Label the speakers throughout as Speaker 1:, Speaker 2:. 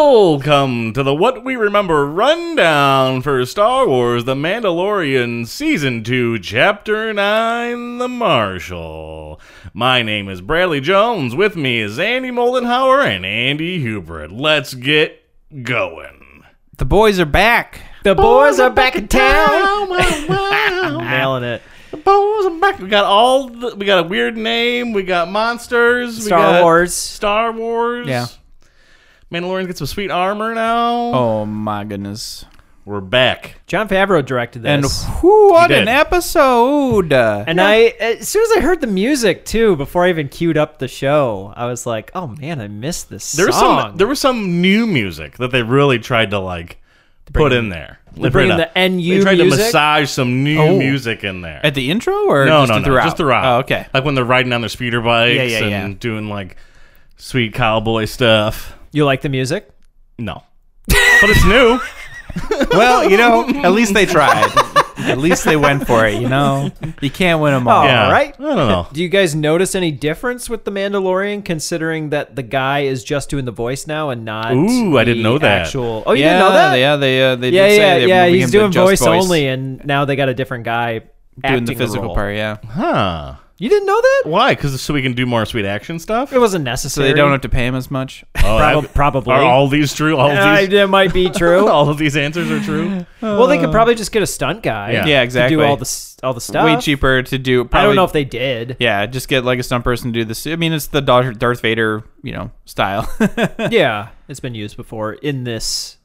Speaker 1: Welcome to the What We Remember Rundown for Star Wars The Mandalorian Season 2, Chapter 9 The Marshal. My name is Bradley Jones. With me is Andy Moldenhauer and Andy Hubert. Let's get going.
Speaker 2: The boys are back.
Speaker 3: The boys, are back in town.
Speaker 1: wow, wow.
Speaker 2: Nailing it.
Speaker 1: The boys are back. We got all. The, we got a weird name. We got monsters. we
Speaker 3: Star
Speaker 1: got
Speaker 3: Wars.
Speaker 1: Star Wars.
Speaker 2: Yeah.
Speaker 1: Mandalorian gets some sweet armor now.
Speaker 2: Oh my goodness.
Speaker 1: We're back.
Speaker 3: John Favreau directed
Speaker 2: And
Speaker 3: this.
Speaker 2: whew, what
Speaker 1: He did.
Speaker 2: an episode.
Speaker 3: And, I, as soon as I heard the music too, before I even queued up the show, I was like, "Oh man, I missed this
Speaker 1: There was
Speaker 3: song."
Speaker 1: some. There was some new music that they really tried to like put in there. They
Speaker 3: bring in
Speaker 1: tried to-
Speaker 3: the NU
Speaker 1: They tried to
Speaker 3: music?
Speaker 1: massage some new
Speaker 2: Oh.
Speaker 1: music in there.
Speaker 2: At the intro or
Speaker 1: no,
Speaker 2: just
Speaker 1: no,
Speaker 2: the
Speaker 1: no,
Speaker 2: throughout?
Speaker 1: just throughout.
Speaker 2: Oh, okay.
Speaker 1: Like when they're riding on their speeder bikes
Speaker 2: Yeah, yeah, yeah.
Speaker 1: and doing like sweet cowboy stuff.
Speaker 3: you like the music?
Speaker 1: No, but it's new.
Speaker 2: well, you know, at least they tried. at least they went for it, you know. You can't win them all.
Speaker 3: Oh.
Speaker 1: yeah,
Speaker 3: right.
Speaker 1: I don't know.
Speaker 3: Do you guys notice any difference with the Mandalorian, considering that the guy is just doing the voice now and not?
Speaker 1: Ooh, I didn't
Speaker 3: the
Speaker 1: know that.
Speaker 3: Actual. Oh, you
Speaker 2: yeah,
Speaker 3: didn't know that?
Speaker 2: Yeah, they uh, they
Speaker 3: yeah,
Speaker 2: did
Speaker 3: yeah,
Speaker 2: say they were
Speaker 3: yeah.
Speaker 2: moving
Speaker 3: He's
Speaker 2: him to
Speaker 3: doing
Speaker 2: just
Speaker 3: voice, only, and now they got a different guy
Speaker 2: doing
Speaker 3: acting
Speaker 2: the physical
Speaker 3: role.
Speaker 2: part, yeah.
Speaker 1: Huh?
Speaker 3: You didn't know that?
Speaker 1: Why? Because so we can do more sweet action stuff.
Speaker 3: It wasn't
Speaker 2: So
Speaker 3: necessary.
Speaker 2: they don't have to pay him as much.
Speaker 1: Oh,
Speaker 3: Prob-
Speaker 1: that-
Speaker 3: probably.
Speaker 1: Are all these true? All
Speaker 3: Uh,
Speaker 1: these.
Speaker 3: that might be true.
Speaker 1: All of these answers are true.
Speaker 3: well, they could probably just get a stunt guy.
Speaker 1: Yeah.
Speaker 2: Yeah,
Speaker 3: To
Speaker 2: exactly.
Speaker 3: do all the s- all the stuff.
Speaker 2: way cheaper to do. Probably,
Speaker 3: I don't know if they did.
Speaker 2: Yeah, just get like a stunt person to do this. I mean, it's the Darth Darth Vader, you know, style.
Speaker 3: Yeah. it's been used before in this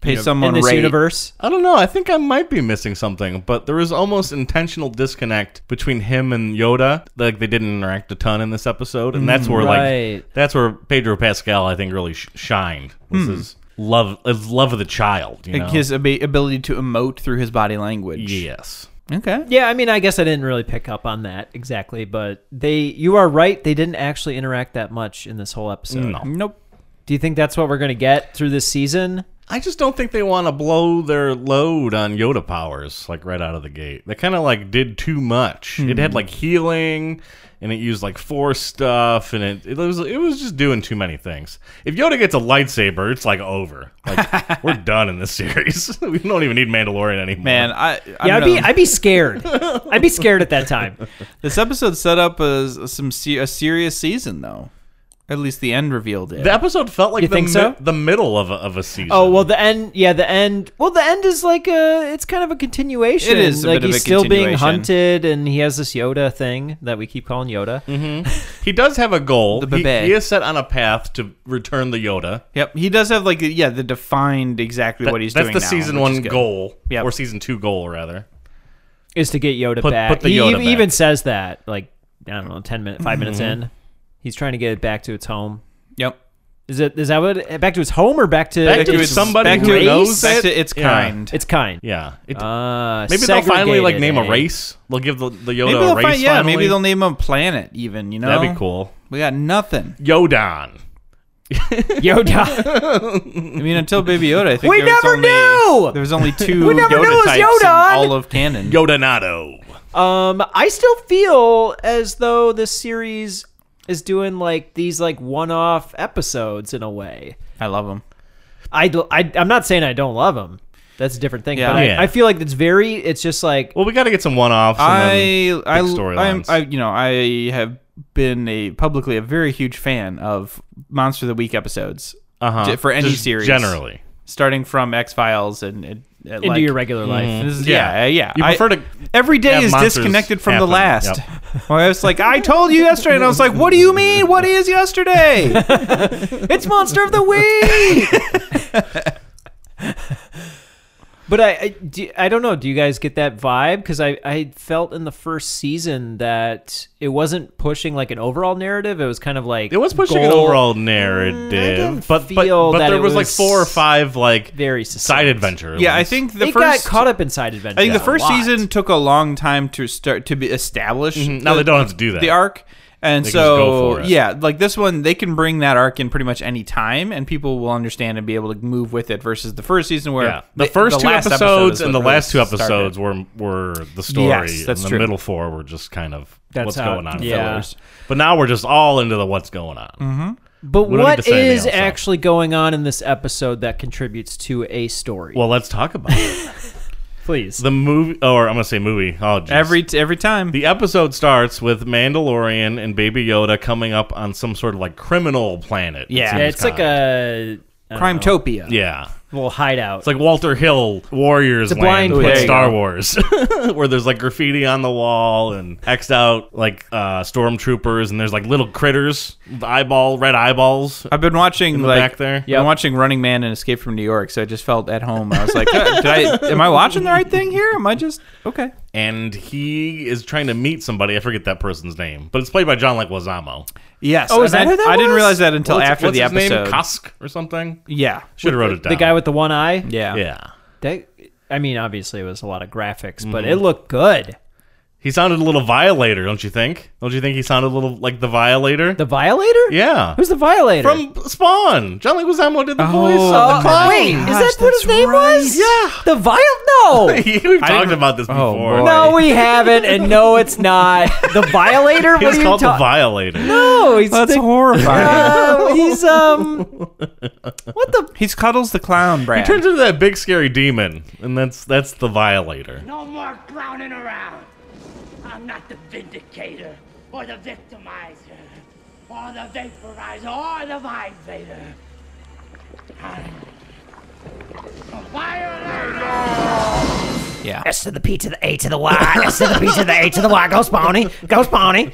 Speaker 2: Pay someone
Speaker 3: in this
Speaker 2: rate.
Speaker 3: universe.
Speaker 1: I don't know. I think I might be missing something, but there was almost intentional disconnect between him and Yoda. Like they didn't interact a ton in this episode, and
Speaker 2: Mm,
Speaker 1: that's where
Speaker 3: Right.
Speaker 1: like that's where Pedro Pascal I think really sh- shined. This is love, his love of the child. You know?
Speaker 2: Hmm. Like, His ab- ability to emote through his body language.
Speaker 1: yes.
Speaker 2: Okay.
Speaker 3: Yeah, I mean, I guess I didn't really pick up on that exactly, but they you are right. They didn't actually interact that much in this whole episode.
Speaker 1: No.
Speaker 2: Nope.
Speaker 3: Do you think that's what we're gonna get through this season?
Speaker 1: I just don't think they want to blow their load on Yoda powers like right out of the gate. They kind of like did too much. It
Speaker 2: Hmm.
Speaker 1: had like healing, and it used like force stuff, and it it was it was just doing too many things. If Yoda gets a lightsaber, it's like over. Like we're done in this series. we don't even need Mandalorian anymore.
Speaker 2: Man, I I'm
Speaker 3: yeah, I'd
Speaker 2: gonna-
Speaker 3: be I'd be scared. I'd be scared at that time.
Speaker 2: this episode set up a, some se- a serious season though. At least the end reveal did.
Speaker 1: the episode felt like
Speaker 3: You
Speaker 1: the
Speaker 3: think so?
Speaker 1: the middle of a, of a season.
Speaker 3: Oh well, the end. Yeah, the end. Well, the end is like a. It's kind of a continuation.
Speaker 2: It is a
Speaker 3: like
Speaker 2: bit of
Speaker 3: he's
Speaker 2: a
Speaker 3: still being
Speaker 2: continuation.
Speaker 3: hunted, and he has this Yoda thing that we keep calling Yoda.
Speaker 1: Mm-hmm. he does have a goal.
Speaker 2: The
Speaker 1: he,
Speaker 2: Bebe.
Speaker 1: he is set on a path to return the Yoda.
Speaker 2: Yep, he does have like yeah the defined exactly
Speaker 1: That-
Speaker 2: what he's
Speaker 1: that's
Speaker 2: doing.
Speaker 1: the
Speaker 2: now,
Speaker 1: season
Speaker 2: which
Speaker 1: one
Speaker 2: is good.
Speaker 1: goal,
Speaker 2: Yep.
Speaker 1: or season two goal rather.
Speaker 3: Is to get Yoda
Speaker 1: Put-
Speaker 3: back.
Speaker 1: put the
Speaker 3: he
Speaker 1: Yoda
Speaker 3: ev-
Speaker 1: back. Mm-hmm.
Speaker 3: even says that like I don't know, ten minutes, five minutes in, he's trying to get it back to its home.
Speaker 2: Yep,
Speaker 3: Is it? Is that what? Back to its home or back to?
Speaker 1: Back to
Speaker 2: Dude,
Speaker 1: its- somebody
Speaker 2: back
Speaker 1: who
Speaker 2: to its-
Speaker 1: knows
Speaker 2: back
Speaker 1: it.
Speaker 2: to its
Speaker 1: Yeah.
Speaker 2: kind.
Speaker 3: It's kind.
Speaker 1: Yeah, it,
Speaker 3: Uh,
Speaker 1: Maybe they'll finally like
Speaker 3: segregated,
Speaker 1: name
Speaker 3: eh?
Speaker 1: a race. They'll give the, the Yoda
Speaker 2: maybe
Speaker 1: a
Speaker 2: they'll
Speaker 1: race.
Speaker 2: find, yeah,
Speaker 1: finally.
Speaker 2: maybe they'll name him a planet even. You know,
Speaker 1: That'd be cool.
Speaker 2: We got nothing.
Speaker 1: Yodan.
Speaker 3: Yoda.
Speaker 2: I mean, until Baby Yoda, I think
Speaker 3: We
Speaker 2: there was
Speaker 3: never
Speaker 2: only,
Speaker 3: knew!
Speaker 2: There was only two
Speaker 3: We never
Speaker 2: Yoda
Speaker 3: knew it was
Speaker 2: types in
Speaker 3: Yodan!
Speaker 2: all of canon.
Speaker 1: Yodonado.
Speaker 3: Um, I still feel as though this series is doing like these like one-off episodes in a way.
Speaker 2: I love him.
Speaker 3: I, d- I am not saying I don't love them. That's a different thing.
Speaker 2: Yeah.
Speaker 3: But
Speaker 1: Yeah.
Speaker 3: I, I feel like it's very. It's just like
Speaker 1: Well, we got to get some one-offs. and
Speaker 2: I
Speaker 1: then
Speaker 2: I
Speaker 1: big
Speaker 2: I'm
Speaker 1: storylines.
Speaker 2: I you know I have been a publicly a very huge fan of Monster of the Week episodes
Speaker 1: Uh-huh.
Speaker 2: j- for any
Speaker 1: Just
Speaker 2: series
Speaker 1: generally.
Speaker 2: starting from X Files and, and, and
Speaker 3: into
Speaker 2: like-
Speaker 3: your regular life.
Speaker 2: This is- yeah, yeah.
Speaker 1: You
Speaker 2: I-
Speaker 1: prefer to
Speaker 2: every day
Speaker 1: have
Speaker 2: is
Speaker 1: monsters
Speaker 2: disconnected from
Speaker 1: happen.
Speaker 2: the last. I was like, I told you yesterday, and I was like, what do you mean? What is yesterday?
Speaker 3: it's monster of the week. but I I, do, I don't know. Do you guys get that vibe? Because I I felt in the first season that it wasn't pushing like an overall narrative. It was kind of like
Speaker 1: It was pushing an
Speaker 3: goal-
Speaker 1: overall
Speaker 2: Mm,
Speaker 3: didn't
Speaker 1: narrative, but but,
Speaker 3: feel
Speaker 1: but
Speaker 3: that
Speaker 1: there
Speaker 3: it
Speaker 1: was, like
Speaker 3: was
Speaker 1: four or five like
Speaker 3: very
Speaker 1: side
Speaker 3: succinct.
Speaker 1: adventures.
Speaker 2: yeah, I think the
Speaker 3: it
Speaker 2: first
Speaker 3: got caught up inside adventure.
Speaker 2: I think the first season took a long time to start to be established.
Speaker 1: now Mm-hmm. they don't have to do that.
Speaker 2: the arc. And
Speaker 1: They can just go
Speaker 2: so,
Speaker 1: for it.
Speaker 2: yeah, like this one, they can bring that arc in pretty much any time, and people will understand and be able to move with it. Versus the first season, where
Speaker 1: Yeah. The first two
Speaker 2: last
Speaker 1: episodes
Speaker 2: episode is what
Speaker 1: and the
Speaker 2: really
Speaker 1: last two
Speaker 2: started.
Speaker 1: episodes were were the story.
Speaker 2: Yes, that's
Speaker 1: and the
Speaker 2: true.
Speaker 1: middle four were just kind of
Speaker 3: That's
Speaker 1: what's
Speaker 3: how-
Speaker 1: going on.
Speaker 3: yeah.
Speaker 1: fillers. But now we're just all into the what's going on.
Speaker 3: But
Speaker 1: We don't need to
Speaker 3: what
Speaker 1: say anything
Speaker 3: is
Speaker 1: else, so.
Speaker 3: actually going on in this episode that contributes to a story?
Speaker 1: Well, let's talk about it.
Speaker 3: please.
Speaker 1: the movie, or I'm gonna say movie. Oh, jeez.
Speaker 2: Every t- every time.
Speaker 1: The episode starts with Mandalorian and Baby Yoda coming up on some sort of like criminal planet. it
Speaker 2: Yeah.
Speaker 1: seems
Speaker 3: yeah, it's like
Speaker 1: kind of.
Speaker 3: a I don't know,
Speaker 2: Crimetopia.
Speaker 1: yeah.
Speaker 3: little hideout.
Speaker 1: It's like Walter Hill Warriors
Speaker 3: It's a
Speaker 1: Land
Speaker 3: blind
Speaker 1: with
Speaker 2: place.
Speaker 1: Star
Speaker 2: There you go.
Speaker 1: Wars, where there's like graffiti on the wall and xed out like uh, stormtroopers, and there's like little critters, the eyeball, red eyeballs.
Speaker 2: I've been watching
Speaker 1: In the
Speaker 2: like
Speaker 1: back there?
Speaker 2: Yeah, I'm watching Running Man and Escape from New York, so I just felt at home. I was like, "Uh, did I, am I watching the right thing here? Am I just okay?
Speaker 1: And he is trying to meet somebody. I forget that person's name, but it's played by John Leguizamo.
Speaker 2: Yes.
Speaker 3: Oh, is
Speaker 2: and
Speaker 3: that
Speaker 2: I,
Speaker 3: who that
Speaker 2: I didn't
Speaker 3: was?
Speaker 2: realize that until
Speaker 1: What's-
Speaker 2: after
Speaker 1: what's
Speaker 2: the
Speaker 1: his name?
Speaker 2: episode.
Speaker 1: Kosk or something.
Speaker 2: yeah.
Speaker 1: Should have wrote it down.
Speaker 3: The guy with the one eye.
Speaker 2: Yeah.
Speaker 1: uh, yeah.
Speaker 3: That, I mean, obviously it was a lot of graphics, but
Speaker 1: Mm-hmm.
Speaker 3: it looked good.
Speaker 1: He sounded a little violator, don't you think? Don't you think he sounded a little like the violator?
Speaker 3: The Violator?
Speaker 1: yeah.
Speaker 3: Who's the Violator?
Speaker 1: From Spawn. John Leguizamo did the voice
Speaker 2: Oh,
Speaker 1: of the clown.
Speaker 3: wait, is that
Speaker 2: Gosh,
Speaker 3: what his
Speaker 2: that's
Speaker 3: name was?
Speaker 1: right.
Speaker 3: The Viol? No.
Speaker 1: We've talked
Speaker 2: didn't-
Speaker 1: about this
Speaker 2: Oh,
Speaker 1: before.
Speaker 2: boy.
Speaker 3: no, we haven't, and no, it's not. The Violator?
Speaker 1: He
Speaker 3: what
Speaker 1: was
Speaker 3: are you
Speaker 1: called the
Speaker 3: talking
Speaker 1: Violator.
Speaker 3: No, he's
Speaker 2: That's
Speaker 3: the-
Speaker 2: horrifying.
Speaker 3: Uh, he's um what the
Speaker 2: He's Cuddles the Clown, Brad.
Speaker 1: Turns into that big scary demon, and that's that's the Violator.
Speaker 4: No more clowning around. I'm not the vindicator, or the victimizer, or the vaporizer, or the mind vader. I'm a violator.
Speaker 2: yeah.
Speaker 3: S to the P to the A to the Y, S to the P to the A to the Y, go spawny, go spawny.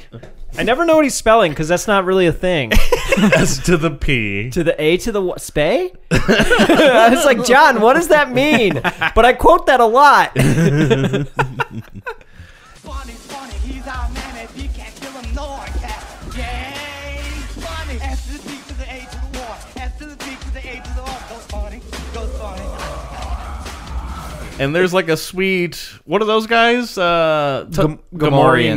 Speaker 3: I never know what he's spelling because that's not really a thing.
Speaker 1: S to the P.
Speaker 3: to the A to the what? Spay? I was like, John, what does that mean? But I quote that a lot.
Speaker 4: Bonnie, Bonnie, he's our man. If he can't kill him, no one can. James Bonnie. S to the P to the A to the Y. S to the P to the A to the Y. Goes Bonnie, goes Bonnie.
Speaker 1: And there's like a sweet. What are those guys? Uh, t-
Speaker 2: Gam-
Speaker 1: Gamorrean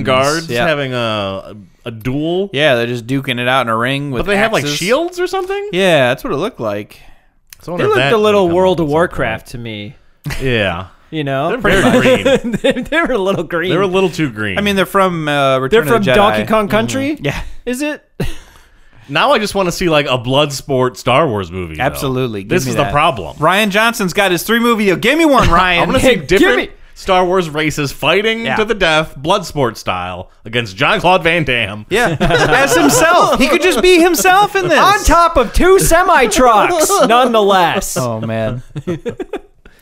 Speaker 2: Gamorreans,
Speaker 1: guards
Speaker 2: yeah.
Speaker 1: having a a duel.
Speaker 2: Yeah, they're just duking it out in a ring with.
Speaker 1: But they have like
Speaker 2: axes.
Speaker 1: shields or something.
Speaker 2: Yeah, that's what it looked like.
Speaker 1: So I
Speaker 3: They
Speaker 1: wonder if
Speaker 3: looked
Speaker 1: that
Speaker 3: a little
Speaker 1: would come
Speaker 3: World
Speaker 1: up at
Speaker 3: of
Speaker 1: some
Speaker 3: Warcraft to me.
Speaker 1: point. Yeah,
Speaker 3: You know,
Speaker 1: they're very green.
Speaker 3: they they were a little green.
Speaker 1: They're a little too green.
Speaker 2: I mean, they're from uh, Return
Speaker 3: They're
Speaker 2: of
Speaker 3: from
Speaker 2: the Jedi.
Speaker 3: Donkey
Speaker 1: Mm-hmm.
Speaker 3: Kong Country.
Speaker 2: Yeah,
Speaker 3: Is it?
Speaker 1: now I just want to see like a Bloodsport Star Wars movie. though.
Speaker 2: absolutely. Give
Speaker 1: This
Speaker 2: me
Speaker 1: is the
Speaker 2: that.
Speaker 1: problem.
Speaker 2: Ryan Johnson's got his three movie deal. Give me one, Ryan.
Speaker 1: I'm gonna
Speaker 3: Hey,
Speaker 1: see
Speaker 3: give
Speaker 1: different
Speaker 3: me-
Speaker 1: Star Wars races fighting
Speaker 2: Yeah.
Speaker 1: to the death, Bloodsport style, against John Claude Van Damme.
Speaker 2: yeah, as himself. He could just be himself in this.
Speaker 3: On top of two semi trucks, nonetheless.
Speaker 2: Oh man.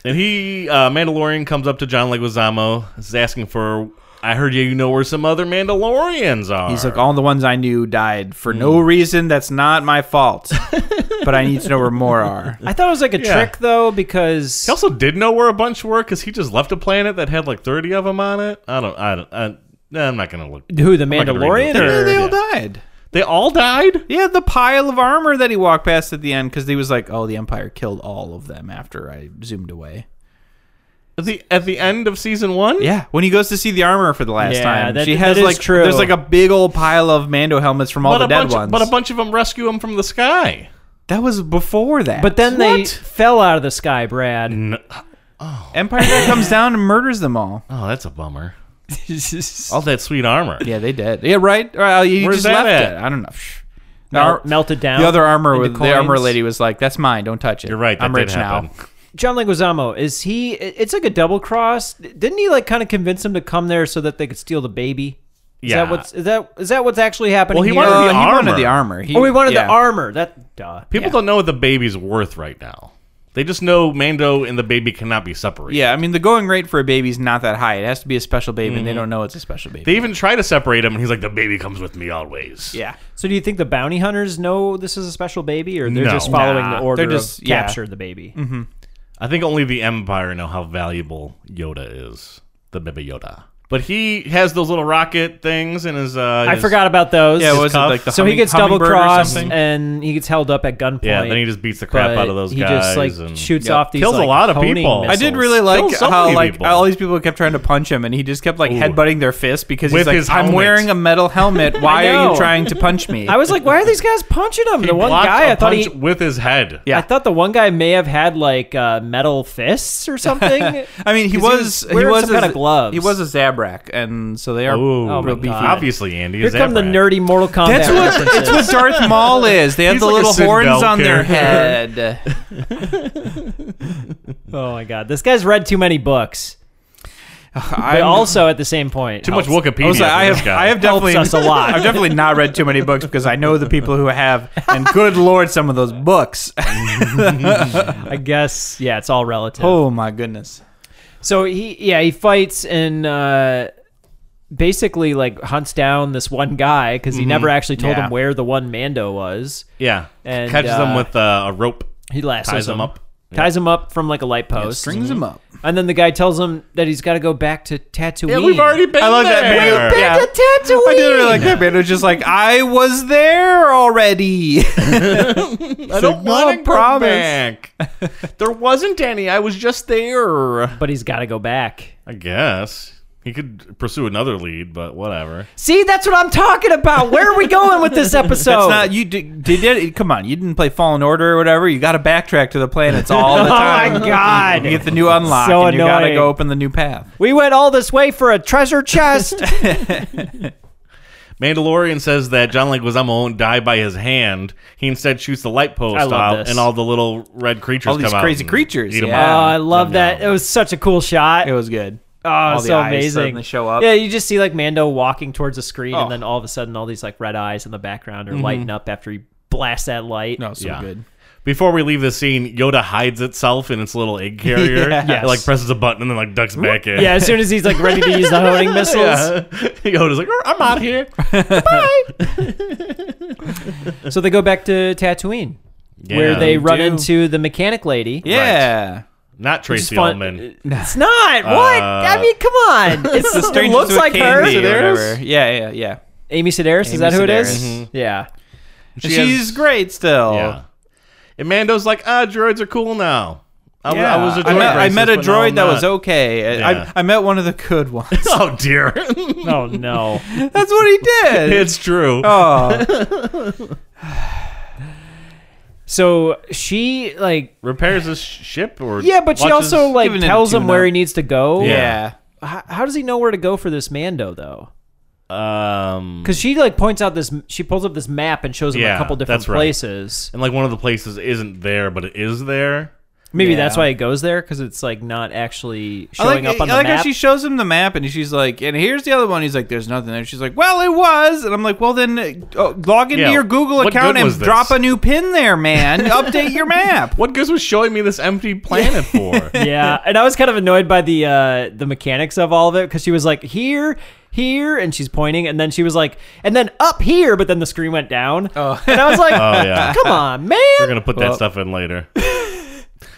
Speaker 1: And he, uh, Mandalorian, comes up to John Leguizamo, is asking for. I heard you know where some other Mandalorians are.
Speaker 2: He's like, all the ones I knew died for no
Speaker 1: Hmm.
Speaker 2: reason. That's not my fault. but I need to know where more are.
Speaker 3: I thought it was like a
Speaker 1: Yeah.
Speaker 3: trick though because
Speaker 1: He also did know where a bunch were because he just left a planet that had like 30 of them on it. I don't. I don't. I, nah, I'm not gonna look.
Speaker 3: who the
Speaker 1: not gonna read it.
Speaker 3: Mandalorian
Speaker 2: Yeah,
Speaker 3: or
Speaker 2: they all
Speaker 1: Yeah.
Speaker 2: died.
Speaker 1: They all died.
Speaker 2: Yeah, the pile of armor that he walked past at the end because he was like, "Oh, the Empire killed all of them." After I zoomed away.
Speaker 1: At the at the end of season one.
Speaker 2: Yeah, when he goes to see the armor for the last
Speaker 3: Yeah,
Speaker 2: time,
Speaker 3: that-
Speaker 2: she
Speaker 3: that
Speaker 2: has
Speaker 3: is
Speaker 2: like
Speaker 3: true.
Speaker 2: there's like a big old pile of Mando helmets from all
Speaker 1: But
Speaker 2: the
Speaker 1: a
Speaker 2: dead
Speaker 1: bunch,
Speaker 2: ones.
Speaker 1: but a bunch of them rescue him from the sky.
Speaker 2: that was before that.
Speaker 3: but then they
Speaker 1: What? Mm.
Speaker 3: fell out of the sky, Brad.
Speaker 2: Empire guy comes down and murders them all.
Speaker 1: Oh, that's a bummer. All that sweet armor.
Speaker 2: Yeah, they did. Yeah, right. Or, uh, you
Speaker 1: Where's
Speaker 2: just
Speaker 1: that
Speaker 2: left
Speaker 1: at?
Speaker 2: it. I don't know. Psh. The,
Speaker 3: Mel-
Speaker 2: ar-
Speaker 3: melted down.
Speaker 2: the other armor,
Speaker 3: into
Speaker 2: with, the armor
Speaker 3: coins.
Speaker 2: lady was like, "That's mine. Don't touch it.
Speaker 1: You're right. That
Speaker 2: I'm
Speaker 1: did
Speaker 2: rich
Speaker 1: happen.
Speaker 2: now."
Speaker 3: John Leguizamo is he? It's like a double cross. Didn't he like kind of convince him to come there so that they could steal the baby? Is
Speaker 1: Yeah.
Speaker 3: that what's is that is that what's actually happening?
Speaker 1: Well, he
Speaker 3: here?
Speaker 1: wanted
Speaker 2: Uh,
Speaker 1: the
Speaker 2: he
Speaker 1: armor.
Speaker 2: wanted the armor. He,
Speaker 3: oh, we wanted
Speaker 2: yeah.
Speaker 3: the armor. That duh.
Speaker 1: People don't know what the baby's worth right now. They just know Mando and the baby cannot be separated.
Speaker 2: Yeah, I mean the going rate for a baby's not that high. It has to be a special baby, and they don't know it's a special baby.
Speaker 1: They even try to separate him, and he's like, "The baby comes with me always."
Speaker 2: yeah,
Speaker 3: So do you think the bounty hunters know this is a special baby, or they're
Speaker 1: No.
Speaker 3: just following
Speaker 2: Nah,
Speaker 3: the order
Speaker 2: they're just-
Speaker 3: of
Speaker 2: yeah.
Speaker 3: capture the baby?
Speaker 1: Mm-hmm. I think only the Empire know how valuable Yoda is, the baby Yoda. But he has those little rocket things in his. Uh,
Speaker 3: I
Speaker 1: his-
Speaker 3: forgot about those.
Speaker 2: yeah.
Speaker 1: His
Speaker 2: What was it
Speaker 1: cuff.
Speaker 2: like the
Speaker 3: so he
Speaker 2: humming-
Speaker 3: gets double
Speaker 2: hummingbird or
Speaker 3: crossed
Speaker 2: something?
Speaker 3: and he gets held up at gunpoint.
Speaker 1: Yeah, then he just beats the crap
Speaker 3: but
Speaker 1: out of those
Speaker 3: he
Speaker 1: guys.
Speaker 3: just like
Speaker 1: and-
Speaker 3: shoots
Speaker 2: Yep.
Speaker 3: off these
Speaker 1: Kills a
Speaker 3: like,
Speaker 1: lot of
Speaker 3: honing
Speaker 1: people. I
Speaker 2: I
Speaker 3: Missiles.
Speaker 2: did really like
Speaker 1: Kills so
Speaker 2: how
Speaker 1: many
Speaker 2: like
Speaker 1: people.
Speaker 2: all these people kept trying to punch him, and he just kept like headbutting their fist because
Speaker 1: With
Speaker 2: he's like,
Speaker 1: his
Speaker 2: "I'm
Speaker 1: helmet."
Speaker 2: wearing a metal helmet. Why are
Speaker 3: know.
Speaker 2: you trying to punch me?"
Speaker 3: I was like, why are these guys punching him?
Speaker 1: He
Speaker 3: the one
Speaker 1: blocks
Speaker 3: guy,
Speaker 1: a
Speaker 3: I thought
Speaker 1: punch
Speaker 3: he
Speaker 1: with his head.
Speaker 2: Yeah.
Speaker 3: I thought the one guy may have had like uh, metal fists or something.
Speaker 2: I mean, he
Speaker 3: 'Cause
Speaker 2: was, he
Speaker 3: wearing
Speaker 2: was
Speaker 3: some kind
Speaker 2: a-
Speaker 3: of gloves.
Speaker 2: He was a Zabrak Abrak, and so they are
Speaker 1: Oh,
Speaker 3: my
Speaker 2: real beefy.
Speaker 3: God.
Speaker 1: obviously, Andy.
Speaker 3: Here
Speaker 1: is
Speaker 3: come the
Speaker 1: Abrak.
Speaker 3: nerdy Mortal Kombat.
Speaker 2: That's what
Speaker 3: references.
Speaker 2: it's what Darth Maul is. They have
Speaker 1: He's
Speaker 2: the
Speaker 1: like a
Speaker 2: little
Speaker 1: Sid
Speaker 2: horns
Speaker 1: Veld
Speaker 2: on their
Speaker 1: character.
Speaker 2: head.
Speaker 3: Oh my god, this guy's read too many books. But
Speaker 2: I
Speaker 3: also at the same point,
Speaker 1: Too much
Speaker 3: helps-
Speaker 1: Wikipedia.
Speaker 2: I was like,
Speaker 1: for
Speaker 2: I
Speaker 1: this
Speaker 2: have,
Speaker 1: guy.
Speaker 2: I have definitely
Speaker 3: us a lot.
Speaker 2: I've definitely not read too many books because I know the people who have, and good lord, some of those books.
Speaker 3: I guess yeah, it's all relative.
Speaker 2: oh my goodness.
Speaker 3: So he yeah he fights and uh, basically like hunts down this one guy because he never actually told
Speaker 2: Mm-hmm. Yeah.
Speaker 3: him where the one Mando was.
Speaker 1: Yeah,
Speaker 3: And,
Speaker 1: catches them
Speaker 3: uh,
Speaker 1: with uh, a rope.
Speaker 3: He lassos
Speaker 1: Ties him
Speaker 3: him
Speaker 1: up.
Speaker 3: ties him up from like a light post,
Speaker 2: Strings them up.
Speaker 3: and then the guy tells him that he's got to go back to Tatooine.
Speaker 1: been
Speaker 2: I love that man. Yeah.
Speaker 3: Tatooine.
Speaker 2: I did really like that man. It was just like I was there already.
Speaker 1: I don't
Speaker 2: no
Speaker 1: want to go
Speaker 2: promise.
Speaker 1: back. there wasn't any. I was just there.
Speaker 3: But he's got to go back.
Speaker 1: I guess he could pursue another lead, but whatever.
Speaker 3: See, that's what I'm talking about. Where are we going with this
Speaker 2: That's
Speaker 3: episode?
Speaker 2: not you did, did it. Come on, you didn't play Fallen Order or whatever. You got to backtrack to the planets all the
Speaker 3: Oh
Speaker 2: time.
Speaker 3: my God.
Speaker 2: You get the new unlock,
Speaker 3: So
Speaker 2: and you got to
Speaker 3: annoying.
Speaker 2: go open the new path.
Speaker 3: we went all this way for a treasure chest.
Speaker 1: Mandalorian says that John Leguizamo won't die by his hand. He instead shoots the light post
Speaker 3: I love
Speaker 1: out,
Speaker 3: this.
Speaker 1: and all the little red creatures,
Speaker 2: All these
Speaker 1: come out
Speaker 2: crazy
Speaker 1: and
Speaker 2: creatures,
Speaker 1: eat 'em
Speaker 2: yeah.
Speaker 1: up.
Speaker 3: Oh, I love that. It was such a cool shot.
Speaker 2: It was good.
Speaker 3: oh,
Speaker 2: all the
Speaker 3: so
Speaker 2: eyes
Speaker 3: amazing.
Speaker 2: suddenly show up.
Speaker 3: Yeah, you just see like Mando walking towards the screen,
Speaker 2: Oh. Mm-hmm.
Speaker 3: and then all of a sudden, all these like red eyes in the background are lighting up after he blasts that light.
Speaker 2: No, so
Speaker 1: Yeah.
Speaker 2: good.
Speaker 1: Before we leave the scene, Yoda hides itself in its little egg carrier.
Speaker 3: Yes.
Speaker 1: It, like presses a button and then like ducks back in.
Speaker 3: Yeah, as soon as he's like ready to use the honing missiles.
Speaker 1: Yeah. Yoda's like, "Oh, I'm out of here.
Speaker 3: So they go back to Tatooine,
Speaker 1: Yeah.
Speaker 3: where they run
Speaker 2: do.
Speaker 3: into the mechanic lady.
Speaker 2: Yeah.
Speaker 1: not
Speaker 3: It's
Speaker 1: Tracy
Speaker 3: fun-
Speaker 1: Ullman.
Speaker 3: It's not. What? I mean, come on. It's, it
Speaker 2: Strangers
Speaker 3: looks
Speaker 2: Uh, with
Speaker 3: like her.
Speaker 2: Candy or
Speaker 1: Sedaris?
Speaker 2: whatever. Yeah, yeah, yeah.
Speaker 3: Amy Sedaris.
Speaker 2: Amy
Speaker 3: is that who it is?
Speaker 2: Sedaris. Mm-hmm.
Speaker 3: Yeah.
Speaker 1: She
Speaker 2: She's
Speaker 1: has-
Speaker 2: great
Speaker 3: Uh,
Speaker 2: still.
Speaker 1: Yeah. And Mando's like, ah, droids are cool now. I, w- I was a droid.
Speaker 2: I met, I met a
Speaker 1: racist, but now
Speaker 2: droid
Speaker 1: I'm
Speaker 2: that
Speaker 1: not."
Speaker 2: was okay.
Speaker 1: Yeah.
Speaker 2: I, I met one of the good ones.
Speaker 1: Oh dear,
Speaker 3: Oh no.
Speaker 2: That's what he did.
Speaker 1: it's true.
Speaker 2: oh,
Speaker 3: so she like
Speaker 1: Repairs his sh- ship, or
Speaker 3: yeah, but she
Speaker 1: watches-
Speaker 3: also like
Speaker 2: giving it a
Speaker 3: tells him where
Speaker 2: tune-up.
Speaker 3: he needs to go.
Speaker 1: Yeah.
Speaker 2: yeah.
Speaker 3: How, how does he know where to go for this Mando though?
Speaker 1: um,
Speaker 3: Because she like points out this, she pulls up this map and shows him
Speaker 1: Yeah,
Speaker 3: a couple different
Speaker 1: that's right.
Speaker 3: places.
Speaker 1: and like one of the places isn't there, but it is there.
Speaker 3: Maybe
Speaker 2: Yeah.
Speaker 3: that's why he goes there because it's like not actually
Speaker 2: I like,
Speaker 3: showing up on the
Speaker 2: I like
Speaker 3: map.
Speaker 2: how she shows him the map and she's like, and here's the other one. He's like, there's nothing there. She's like, well, it was. And I'm like, well, then uh, oh, log into
Speaker 1: Yeah,
Speaker 2: your Google
Speaker 1: what
Speaker 2: account
Speaker 1: good
Speaker 2: and
Speaker 1: was this?
Speaker 2: drop a new pin there, man. Update your map.
Speaker 1: What good was showing me this empty planet for?
Speaker 3: yeah, and I was kind of annoyed by the uh, the mechanics of all of it because she was like here, here, and she's pointing, and then she was like, and then up here, but then the screen went down, oh. and I was like,
Speaker 1: Oh yeah,
Speaker 3: come on, man.
Speaker 1: we're gonna put that
Speaker 2: Well-
Speaker 1: stuff in later.